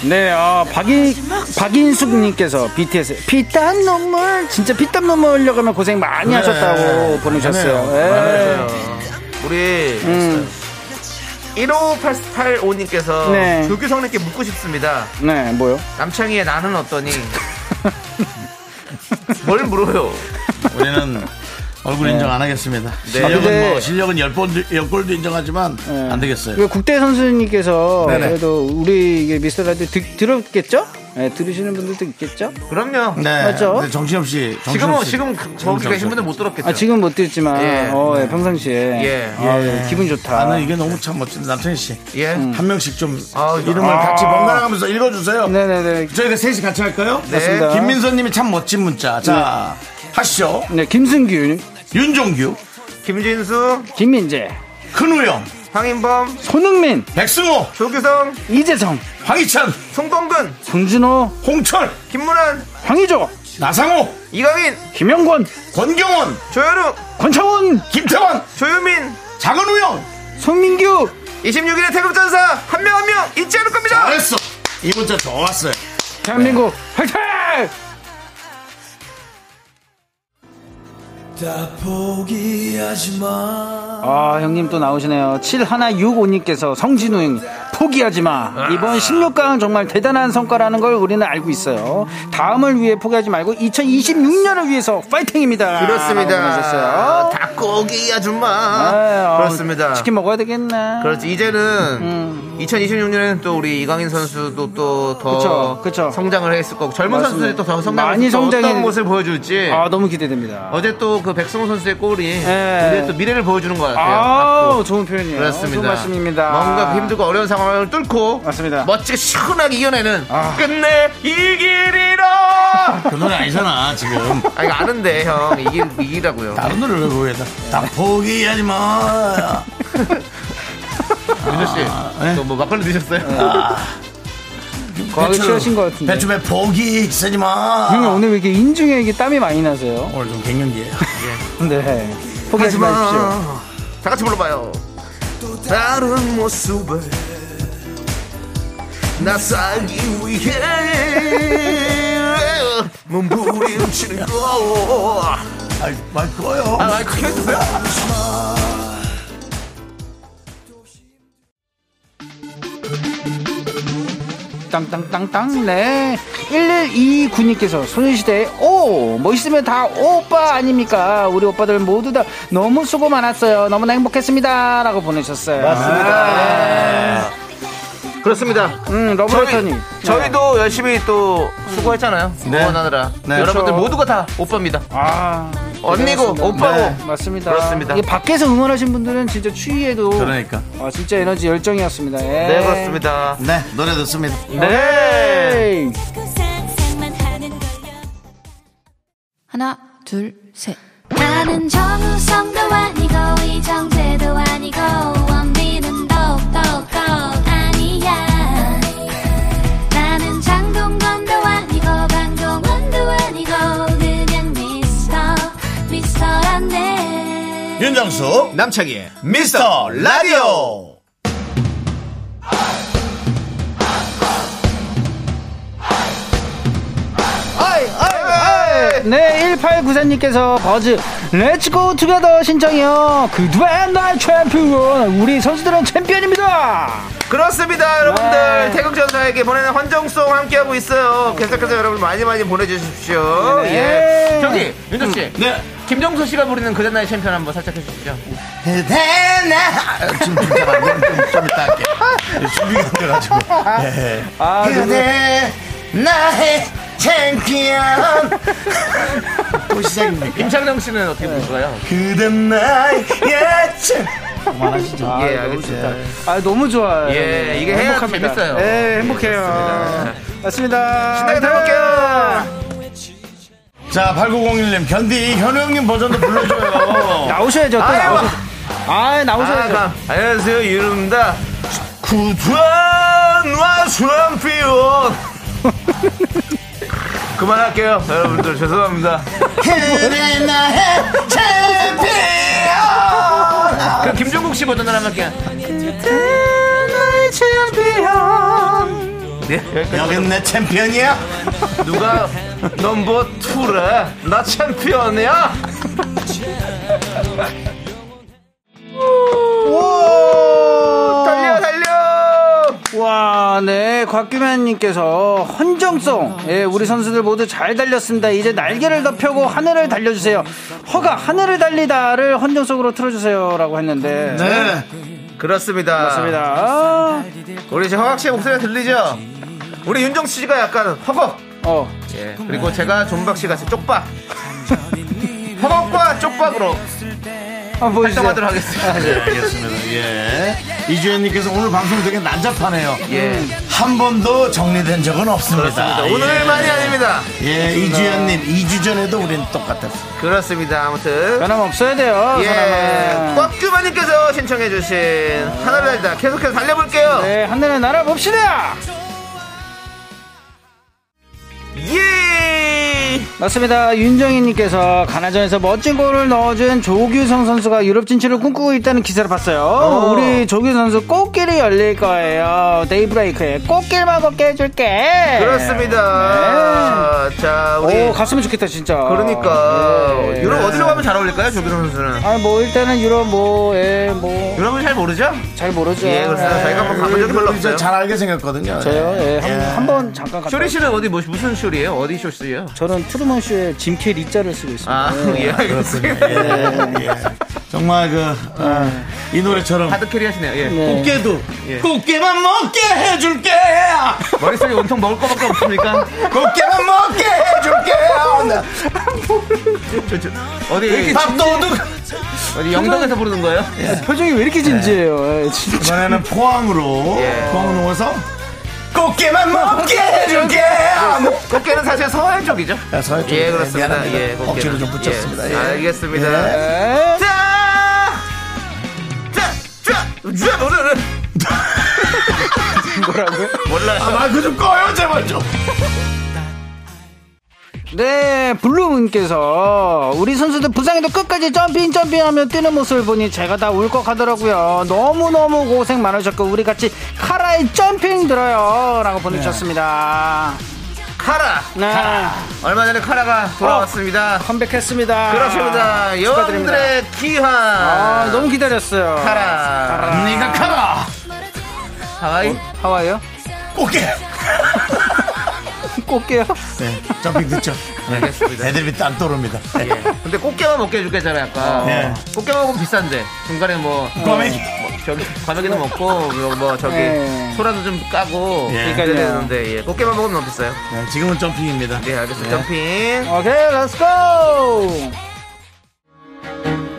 S10: 네, 아, 박인, 박인숙님께서 BTS, 피땀 눈물, 진짜 피땀 눈물 흘려가면 고생 많이
S2: 네.
S10: 하셨다고 보내셨어요.
S2: 많아요.
S10: 예.
S2: 많아요. 우리 15885님께서
S10: 네.
S2: 조규성님께 묻고 싶습니다.
S10: 네, 뭐요?
S2: 남창희의 나는 어떠니? 뭘 물어요?
S1: 우리는 얼굴
S10: 네.
S1: 인정 안 하겠습니다.
S10: 네.
S1: 실력은
S10: 아, 근데-
S1: 뭐, 실력은 열 번, 열 골도 인정하지만 안 되겠어요.
S10: 그 국대 선수님께서
S1: 네. 네네.
S10: 그래도 우리 이게 미스터 라디오 들- 들었겠죠? 네, 들으시는 분들도 있겠죠?
S2: 그럼요.
S1: 네.
S10: 맞죠?
S1: 근데 정신없이.
S2: 지금은
S1: 정신없이.
S2: 지금 저기 계신 분들 못 들었겠죠?
S10: 아, 지금 못 듣지만,
S2: 네. 예.
S10: 어, 예, 평상시에.
S2: 예.
S10: 아, 예, 기분 좋다.
S1: 나는 이게 너무 참 멋진데, 남창희 씨.
S2: 예.
S1: 한 명씩 좀
S2: 아,
S1: 아, 음. 이름을
S2: 아.
S1: 같이 번갈아 가면서 읽어주세요.
S10: 네네네.
S1: 저희가 셋이 같이 할까요?
S10: 네. 맞습니다.
S1: 김민선 님이 참 멋진 문자. 자, 하시죠.
S10: 네, 김승규.
S1: 윤종규.
S2: 김진수.
S10: 김민재.
S1: 큰우영.
S2: 황인범.
S10: 손흥민.
S1: 백승호.
S2: 조규성.
S10: 이재성.
S1: 황희찬.
S2: 송범근.
S10: 성준호.
S1: 홍철.
S2: 김문환.
S10: 황희조.
S1: 나상호.
S2: 이강인.
S10: 김영권.
S1: 권경원.
S2: 조현우.
S10: 권창훈.
S1: 김태원.
S2: 조유민.
S1: 작은우영.
S10: 송민규.
S2: 26일의 태극전사 한 명 한 명 잊지 않을 겁니다.
S1: 잘했어. 이 문자 좋았어요.
S10: 대한민국 화이팅!
S4: 다 포기하지 마.
S10: 아, 형님 또 나오시네요. 7165님께서 성진우 형님, 포기하지 마. 이번 16강은 정말 대단한 성과라는 걸 우리는 알고 있어요. 다음을 위해 포기하지 말고 2026년을 위해서 파이팅입니다. 라고 보내주셨어요.
S2: 그렇습니다. 아, 닭고기 아줌마.
S10: 아,
S2: 그렇습니다.
S10: 치킨 먹어야 되겠네.
S2: 그렇지 이제는 2026년에는 또 우리 이강인 선수도 또
S10: 그쵸,
S2: 더 성장을 했을 거고 젊은
S10: 맞습니다.
S2: 선수들이 또 더 성장을
S10: 많이
S2: 했을 거고 어떤
S10: 성장했-
S2: 모습을 보여줄지
S10: 아, 너무 기대됩니다.
S2: 어제 또 그 백승호 선수의 골이
S10: 예.
S2: 우리의 또 미래를 보여주는 것 같아요.
S10: 아, 좋은 표현이에요.
S2: 그렇습니다.
S10: 좋은 말씀입니다.
S2: 뭔가 힘들고 어려운 상황을 뚫고
S10: 맞습니다. 아.
S2: 멋지게 시원하게 이겨내는 끝내 이길이라.
S1: 그 노래 아니잖아, 지금.
S2: 아 이거 아는데 형 이길 이기라고요.
S1: 다른 노래를 왜 거기에다. 다 포기하지 마.
S2: 민호
S10: 아,
S2: 씨,
S10: 네.
S2: 또뭐 막걸리 드셨어요?
S10: 과하게 취하신 것 같은데.
S1: 배추에 포기 쓰지 마.
S10: 형님 오늘 왜 이렇게 인중에 이게 땀이 많이 나세요?
S2: 어.
S1: 오늘 좀 갱년기예요.
S10: 네. 포기하지 마십시오.
S2: 다 같이 불러봐요. 또 다른 모습을 나사기 위해 몸부림치는 거.
S1: 아이, 말 거요.
S2: 아, 마이크 켜주세요.
S10: 땅땅땅땅 네 1129님께서 소녀시대의 오 멋있으면 다 오빠 아닙니까 우리 오빠들 모두 다 너무 수고 많았어요 너무나 행복했습니다 라고 보내셨어요
S2: 맞습니다. 그렇습니다. 네.
S10: 음 러브레터님
S2: 저희, 도 열심히 또 수고했잖아요. 응원하느라.
S1: 네.
S2: 여러분들
S10: 그렇죠.
S2: 모두가 다 오빠입니다.
S10: 아
S2: 언니고
S10: 대단하십니다.
S2: 오빠고.
S10: 네, 맞습니다
S2: 그렇습니다.
S10: 이게 밖에서 응원하신 분들은 진짜 추위에도
S1: 그러니까.
S10: 아, 진짜 에너지 열정이었습니다 예.
S2: 네, 그렇습니다.
S1: 네, 노래 듣습니다.
S2: 네.
S10: 에이.
S3: 하나, 둘, 셋.
S6: 나는 정우성도 아니고 이정재도 아니고 원빈은 더욱더 아니야 나는 장동건도 아니고 강동원도 아니고 그냥 미스터 미스터란데
S8: 윤정수 남창희의 미스터 라디오
S10: 네, 1894님께서 버즈 렛츠고 투게더 신청이요. 그두엔 날 챔피언. 우리 선수들은 챔피언입니다.
S2: 그렇습니다, 여러분들. 태극전사에게 보내는 헌정송 함께하고 있어요. 계속해서 여러분 많이 많이 보내주십시오.
S10: 네.
S2: 예. 저기, 윤정 씨.
S1: 네.
S2: 김정수 씨가 부르는 그대나의 챔피언 한번 살짝 해주시죠.
S1: 그대나 아, 지금 좀 잠깐만 좀, 좀 이따 할게 준비가 안 돼가지고 네.
S10: 아,
S1: 그대 나의 챔피언 또 시작입니까
S2: 임창정 씨는 어떻게 부를까요?
S1: 그댄 나의 챔피언
S10: 그만하시죠.
S2: 예, 알겠습니다. 네,
S10: 아, 너무 좋아요.
S2: 예, 이게 해야 재밌어요. 네,
S10: 예, 행복해요. 맞습니다.
S2: 신나게 달아볼게요.
S1: 자 8901님 견디 현우형님 버전도 불러줘요
S10: 나오셔야죠. 또
S2: 아이고.
S10: 나오셔. 아, 나오셔야죠.
S2: 아, 안녕하세요, 유름다.
S8: 구전와 챔피언
S2: 그만할게요. 여러분들 죄송합니다.
S1: 그댄 나의 챔피언
S2: 그 김종국 씨 버전을 한번 할게요.
S1: 네. 여긴 내 챔피언이야
S2: 누가 넘버 투래나 챔피언이야? 달려 달려
S10: 와, 네. 곽규면님께서 헌정송. 예, 우리 선수들 모두 잘 달렸습니다. 이제 날개를 더 펴고 하늘을 달려주세요. 허가, 하늘을 달리다를 헌정송으로 틀어주세요. 라고 했는데.
S1: 네
S2: 그렇습니다
S10: 맞습니다. 아,
S2: 우리 이제 허각 씨의 목소리가 들리죠? 우리 윤정 씨가 약간 허걱
S10: 어.
S2: 예, 그리고 제가 존박 씨가 이제 쪽박 허걱과 쪽박으로
S10: 한번 보여주세요.
S2: 활동하도록 하겠습니다
S1: 알겠습니다 예 이주연님께서 오늘 방송 되게 난잡하네요
S2: 예.
S1: 한 번도 정리된 적은 없습니다
S2: 그렇습니다.
S1: 예.
S2: 오늘만이 아닙니다
S1: 예, 이주연님, 2주 전에도 우린 똑같았어요.
S2: 그렇습니다 아무튼
S10: 변함없어야 돼요.
S2: 예,
S10: 사람은.
S2: 꽉규마님께서 신청해주신 하나를 달다 계속해서 달려볼게요.
S10: 네, 하늘에 날아봅시다!
S2: 예!
S10: 맞습니다. 윤정희님께서 가나전에서 멋진 골을 넣어준 조규성 선수가 유럽 진출을 꿈꾸고 있다는 기사를 봤어요. 우리 조규 선수 꽃길이 열릴 거예요. 데이브레이크에 꽃길만 걷게 해줄게.
S2: 그렇습니다. 자, 우리.
S10: 오, 갔으면 좋겠다, 진짜.
S2: 그러니까.
S10: 예.
S2: 유럽 어디로 가면 잘 어울릴까요, 조규성 선수는?
S10: 아, 뭐, 일단은 유럽 뭐, 예, 뭐,
S2: 유럽은 잘 모르죠?
S10: 잘 모르죠.
S2: 예, 그렇습니다.
S10: 예.
S2: 저희가 한번 가본 적이 별로
S1: 이제
S2: 없어요.
S1: 잘 알게 생겼거든요.
S10: 저요, 예, 한, 한번 잠깐 갔다.
S2: 쇼리 씨는 어디, 뭐, 무슨 쇼리예요? 어디 쇼리예요?
S10: 저는 트루먼 쇼의 짐캐 리자를 쓰고 있습니다.
S2: 아, 예, 알겠습니다.
S1: 예, 예. 정말 그, 아, 이 노래처럼.
S2: 하드 캐리 하시네요, 예.
S1: 꽃게도, 꽃게만 먹게 해줄게!
S2: 머릿속에 온통 먹을 거밖에 없습니까?
S1: 꽃게만 먹게 해줄게! 나
S2: 어디,
S1: 밥도둑! 그-
S2: 어디 영덕에서 부르는 거예요?
S10: 표정이 왜 이렇게 진지해요? 예, 진짜.
S1: 이번에는 포항으로,
S2: 예.
S1: 포항으로 와서 꽃게만 먹게 해줄게!
S2: 꽃게는 사실 서해 쪽이죠.
S1: 야, 서해 쪽이죠.
S2: 예, 그렇습니다.
S1: 미안합니다.
S2: 예, 꽃게는.
S1: 억지로 좀 붙였습니다.
S2: 예.
S1: 예.
S2: 알겠습니다.
S10: 예.
S2: 자! 자! 자! 자! 오늘은
S1: 아, 마이크 좀 꺼요, 제발 좀!
S10: 네, 블루문께서 우리 선수들 부상에도 끝까지 점핑 점핑하며 뛰는 모습을 보니 제가 다 울컥하더라고요. 너무 너무 고생 많으셨고 우리 같이 카라의 점핑 들어요라고 보내주셨습니다.
S2: 카라!
S10: 네,
S2: 얼마 전에 카라가 돌아왔습니다.
S10: 컴백했습니다.
S2: 그렇습니다.
S10: 어. 축하드립니다.
S2: 여러분들의 귀환.
S10: 아, 너무 기다렸어요.
S2: 카라.
S1: 니가 가라!
S2: 하와이?
S10: 하와이요?
S1: 꽃게!
S10: 꽃게요?
S1: 네, 점핑 듣죠?
S2: 알겠습니다.
S1: 애들이 땀 떠오릅니다. 네.
S2: 예. 근데 꽃게만 먹게 해주겠잖아요, 아까.
S1: 예.
S2: 꽃게만 먹으면 비싼데. 중간에 뭐.
S1: 꼬맹이.
S2: 뭐 저기, 과메기도 먹고, 뭐, 뭐 저기,
S10: 예.
S2: 소라도 좀 까고.
S1: 예.
S2: 그러니까 되는데, 예. 꽃게만 먹으면 너무 비싸요.
S1: 네, 지금은 점핑입니다.
S2: 네, 알겠습니다. 점핑.
S10: 오케이, 렛츠고!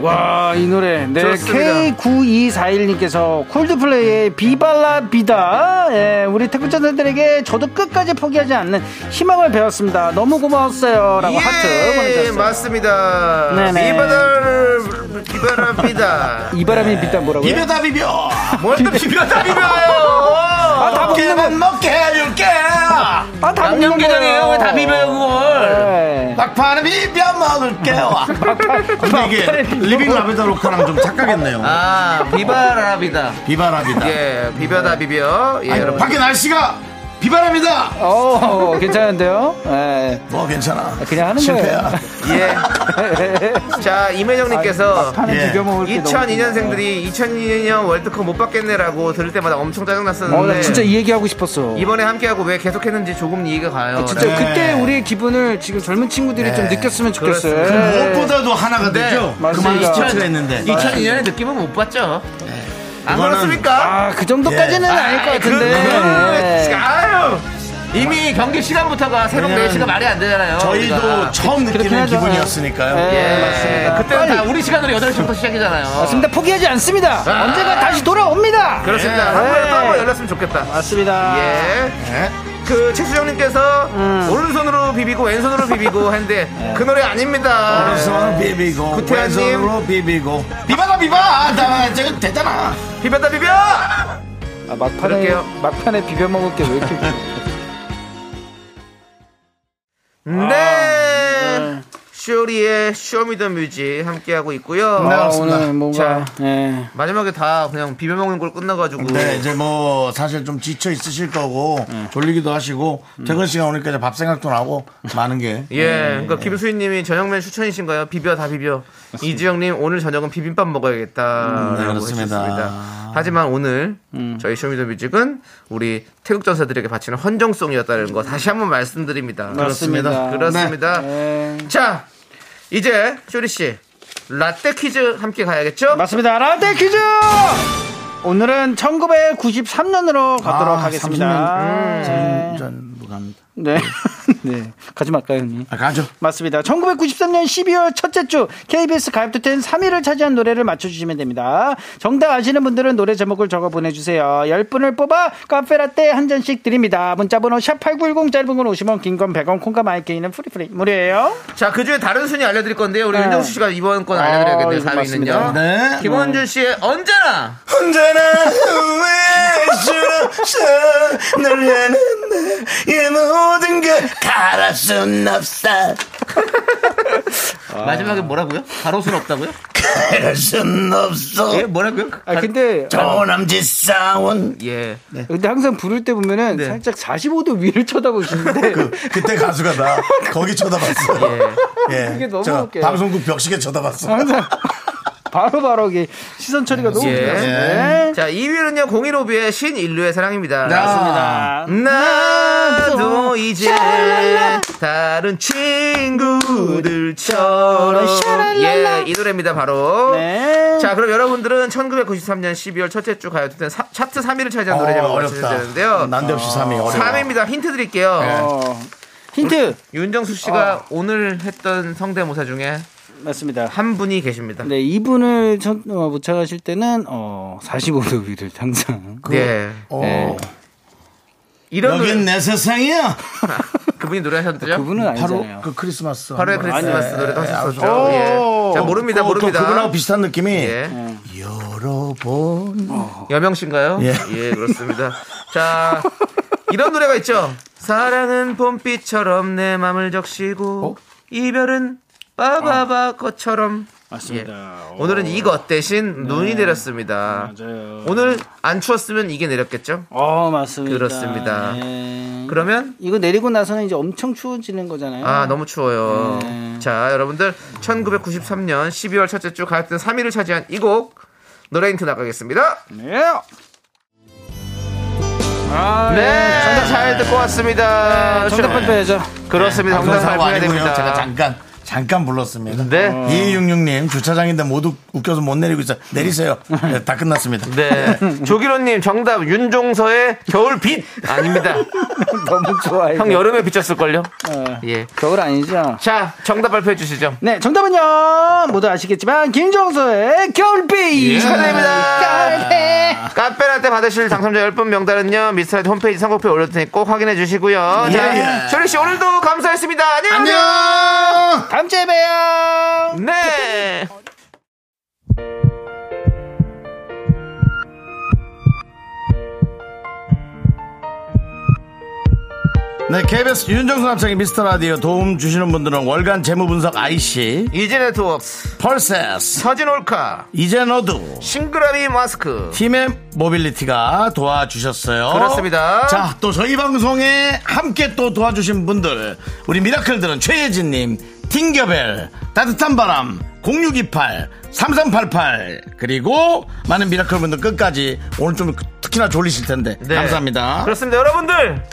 S10: 와, 이 노래. 네,
S2: 좋습니다.
S10: K9241님께서 콜드플레이의 비발라 비다. 예, 우리 태극전사들에게 저도 끝까지 포기하지 않는 희망을 배웠습니다. 너무 고마웠어요.
S2: 예,
S10: 라고 하트 보내주셨어요.
S2: 맞습니다.
S10: 네네.
S2: 비바다를 비바랍니다.
S10: 이 바람이 비다 뭐라고요?
S2: 비벼다 비벼. 뭘또 비벼다 비벼요.
S10: 예? 아, 다 먹는 거.
S1: 먹게 해줄게.
S10: 아, 다 먹는
S1: 양념게장이에요.
S10: 거예요.
S1: 왜 다 비벼요 그걸?
S10: 네.
S1: 막판에 비벼 먹을게요. 근데 이게 리빙 라베다 로카랑 좀 착각했네요.
S2: 아 비바랍니다.
S1: 비바람이다.
S2: 예 비벼다 비벼. 예
S1: 아니,
S2: 여러분.
S1: 밖에 날씨가 비바람이다.
S10: 어, 괜찮은데요? 예.
S1: 뭐 괜찮아.
S10: 그냥 하는
S1: 실패야.
S2: 예. 자 임혜정님께서
S10: 막판에
S1: 예.
S10: 비벼 아, 먹을 게 너무
S2: 2002년생들이 2002년 월드컵 못 받겠네라고 들을 때마다 엄청 짜증났었는데
S10: 어, 나 진짜 이 얘기하고 싶었어.
S2: 이번에 함께하고 왜 계속했는지 조금 이해가 가요.
S10: 아, 진짜
S1: 네.
S10: 그때 우리의 기분을 지금 젊은 친구들이 좀 느꼈으면 좋겠어요.
S2: 그렇습니다.
S10: 예.
S1: 무엇보다도 하나가 되죠.
S10: 네, 맞습니다.
S1: 아, 그만 스트레스가 있는데. 아. 네.
S2: 2002년의 느낌은 못 봤죠. 안
S1: 그거는-
S2: 그렇습니까?
S10: 아, 그 정도까지는 아닐 것 같은데.
S2: 네. 그,
S10: 예.
S2: 아유 이미 경기 시간부터가 새벽
S1: 네. 왜냐면
S2: 4시가 말이 안 되잖아요.
S1: 저희도
S2: 우리가.
S1: 처음
S10: 그렇긴
S1: 느끼는
S10: 하죠.
S1: 기분이었으니까요.
S10: 예.
S2: 예,
S10: 맞습니다.
S2: 그때는
S10: 빨리.
S2: 다 우리 시간으로 8시부터 시작이잖아요.
S10: 맞습니다. 포기하지 않습니다.
S2: 아.
S10: 언제가 다시 돌아옵니다.
S2: 그렇습니다. 한 번에 또 한 번 열렸으면 좋겠다.
S10: 맞습니다.
S2: 예.
S1: 예. 아. 네. 음.
S2: 그 최수정님께서 오른손으로 비비고 왼손으로 비비고 하는데
S1: 네.
S2: 그 노래 아닙니다.
S1: 오른손으로 비비고
S2: 구태환님.
S1: 왼손으로 비비고 비바다 비바 아, 나 지금 되잖아
S2: 비벼다 비벼!
S10: 아, 막판에
S2: 그럴게요.
S10: 막판에 비벼 먹을 게 왜 이렇게 아,
S2: 네. 쇼리의 쇼미더뮤직 함께하고 있고요.
S1: 네.
S10: 아,
S1: 알았습니다.
S10: 오늘 뭔가 예.
S2: 마지막에 다 그냥 비벼 먹는 걸 끝나가지고
S1: 네 이제 뭐 사실 좀 지쳐 있으실 거고 졸리기도 하시고 퇴근 시간 오니까 이제 밥 생각도 나고 많은 게
S2: 예, 그러니까 김수희님이 저녁맨 추천이신가요? 비벼 다 비벼. 이지영님 오늘 저녁은 비빔밥 먹어야겠다.
S1: 음, 네,
S2: 라고
S1: 그렇습니다.
S2: 하셨습니다. 하지만 오늘 저희 쇼미더뮤직은 우리 태극 전사들에게 바치는 헌정송이었다는 거 다시 한번 말씀드립니다.
S10: 맞습니다.
S2: 그렇습니다.
S10: 네.
S2: 자, 이제 쇼리 씨 라떼 퀴즈 함께 가야겠죠?
S10: 맞습니다. 라떼 퀴즈! 오늘은 1993년으로
S1: 아,
S10: 가도록
S1: 음.
S10: 하겠습니다. 네.
S1: 전 누가 합니다.
S10: 네. 네. 가지 말까요, 형님?
S1: 아, 가죠
S10: 맞습니다. 1993년 12월 첫째 주 KBS 가입투텐 3위를 차지한 노래를 맞춰주시면 됩니다. 정답 아시는 분들은 노래 제목을 적어 보내주세요. 10분을 뽑아 카페라떼 한 잔씩 드립니다. 문자번호 샵8910 짧은 건 50원 긴 건 100원 콩과 마이케이는 프리프리 무료예요.
S2: 자, 그 중에 다른 순위 알려드릴 건데요. 우리
S10: 네.
S2: 윤정수 씨가 이번 건
S10: 어,
S2: 알려드려야겠네요.
S10: 이거
S2: 4위는요.
S10: 맞습니다.
S1: 네.
S2: 김원준 씨의 언제나
S1: 언제나 후회스럽어 널 향한 나의 모든 걸 갈아 순 없어
S10: 아.
S2: 마지막에 뭐라고요? 가로수는 없다고요?
S1: 갈아 순 없어
S2: 예, 뭐라고요?
S10: 어? 아, 근데, 네.
S1: 조남지 싸운
S2: 예.
S10: 근데 항상 부를 때 보면은
S2: 네.
S10: 살짝 45도 위를 쳐다보시는데
S1: 그때 가수가 나 거기 쳐다봤어.
S2: 예.
S1: 예. 아,
S10: 그게 너무
S1: 저
S10: 웃겨요.
S1: 방송국 벽시계 쳐다봤어.
S10: 항상 바로바로 이게 시선 처리가 너무
S2: 예.
S10: 좋아요.
S2: 예. 자, 2위는요, 015B의 신인류의 사랑입니다.
S10: 네. 맞습니다.
S2: 나도
S10: 네.
S2: 이제 다른 친구들처럼. 예, 이 노래입니다, 바로.
S10: 네.
S2: 자, 그럼 여러분들은 1993년 12월 첫째 주 가요 투텐 사- 차트 3위를 차지한 노래
S10: 어,
S2: 제목을 맞춰주셔야 되는데요.
S1: 어, 음,
S10: 음,
S1: 난데없이 3위 어려워.
S2: 3위입니다. 힌트 드릴게요.
S1: 네.
S10: 어, 힌트
S2: 윤정수 씨가
S1: 아.
S2: 오늘 했던 성대모사 중에
S10: 맞습니다.
S2: 한 분이 계십니다.
S10: 네, 이분을 첫, 어, 무착하실 때는 어, 45도 위를 항상.
S2: 예.
S1: 어,
S10: 네.
S2: 이런
S1: 여긴 내 세상이야.
S2: 노래- 그분이 노래하셨죠?
S10: 그분은
S1: 바로
S10: 아니잖아요.
S1: 그 크리스마스.
S2: 바로의
S1: 한번
S2: 크리스마스
S1: 했어요.
S2: 노래도 하셨었죠.
S1: 아, 네. 오.
S2: 예. 자, 모릅니다,
S1: 또- 또
S2: 모릅니다.
S1: 어, 그분하고 비슷한 느낌이
S2: 예.
S1: 여러분
S2: 여명 씨인가요?
S1: 예.
S2: 그렇습니다. 자, 이런 노래가 있죠. 사랑은 봄빛처럼 내 맘을 적시고 이별은 빠바바 것처럼
S10: 맞습니다. 네.
S2: 예. 오늘은 이것 대신 눈이 내렸습니다.
S10: 맞아요.
S2: 오늘 안 추웠으면 이게 내렸겠죠?
S10: 어, 맞습니다.
S2: 그렇습니다.
S10: 예.
S2: 그러면
S10: 이거 내리고 나서는 이제 엄청 추워지는 거잖아요.
S2: 아 너무 추워요.
S10: 네.
S2: 자 여러분들 1993년 12월 첫째 주 가요톱 3위를 차지한 이 곡 노래 힌트 나가겠습니다.
S10: 네. 아,
S2: 네, 정답 잘 듣고 왔습니다.
S10: 네, 정답 발표해야죠.
S2: 그렇습니다. 정답
S1: 아, 방송사고
S2: 발표해야
S1: 아니고요.
S2: 됩니다.
S1: 제가 어. 잠깐 잠깐 불렀습니다.
S2: 네.
S1: 2266님 주차장인데 모두 웃겨서 못 내리고 있어. 내리세요. 네, 다 끝났습니다.
S2: 네. 조기로님 정답 윤종서의 겨울 빛 아닙니다.
S10: 너무 좋아요. 어,
S2: 형 여름에 비쳤을걸요? 예.
S10: 겨울 아니죠?
S2: 자, 정답 발표해 주시죠.
S10: 네, 정답은요. 모두 아시겠지만 김정수의 겨울비
S2: 예.
S1: 예.
S2: 축하드립니다.
S10: 네.
S2: 카페라떼 받으실 당첨자 10분 명단은요. 미스터라이트 홈페이지 선곡표 올려드니 꼭 확인해 주시고요.
S1: 예.
S2: 자, 쇼리 씨 오늘도 감사했습니다. 안녕.
S1: 안녕.
S10: 다음 주에 봬요.
S2: 네.
S1: 네, KBS 윤정수 남창의 미스터 라디오 도움 주시는 분들은 월간 재무분석 IC,
S2: 이제 네트워크스,
S1: 펄세스,
S2: 서진 올카,
S1: 이제 너도,
S2: 싱그라비 마스크.
S1: 팀의 모빌리티가 도와주셨어요.
S2: 그렇습니다.
S1: 자, 또 저희 방송에 함께 또 도와주신 분들. 우리 미라클들은 최예진님, 팅겨벨, 따뜻한 바람, 0628, 3388. 그리고 많은 미라클 분들 끝까지 오늘 좀 특히나 졸리실 텐데.
S2: 네.
S1: 감사합니다.
S2: 그렇습니다. 여러분들,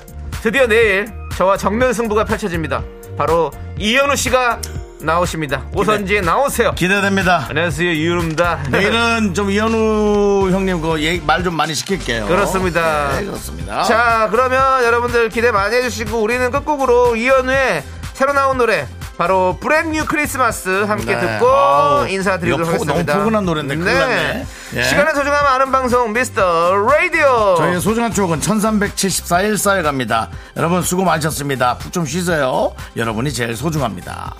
S2: 드디어 내일 저와 정면 승부가 펼쳐집니다. 바로 이현우 씨가 나오십니다. 오선지에 나오세요.
S1: 기대됩니다.
S2: 안녕하세요, 이현우입니다.
S1: 내일은 좀 이현우 형님 그말 좀 많이 시킬게요.
S2: 그렇습니다.
S1: 네, 그렇습니다.
S2: 자, 그러면 여러분들 기대 많이 해주시고 우리는 끝곡으로 이현우의 새로 나온 노래 바로 브랜뉴 크리스마스 함께
S1: 네.
S2: 듣고
S1: 아우,
S2: 인사드리도록
S1: 이거 포- 너무
S2: 하겠습니다.
S1: 포근한 노래인데 큰일 났네. 예.
S2: 시간의 소중함 아는 방송 미스터 라디오.
S1: 저희의 소중한 추억은 1374일 쌓여갑니다. 여러분 수고 많으셨습니다. 푹 좀 쉬세요. 여러분이 제일 소중합니다.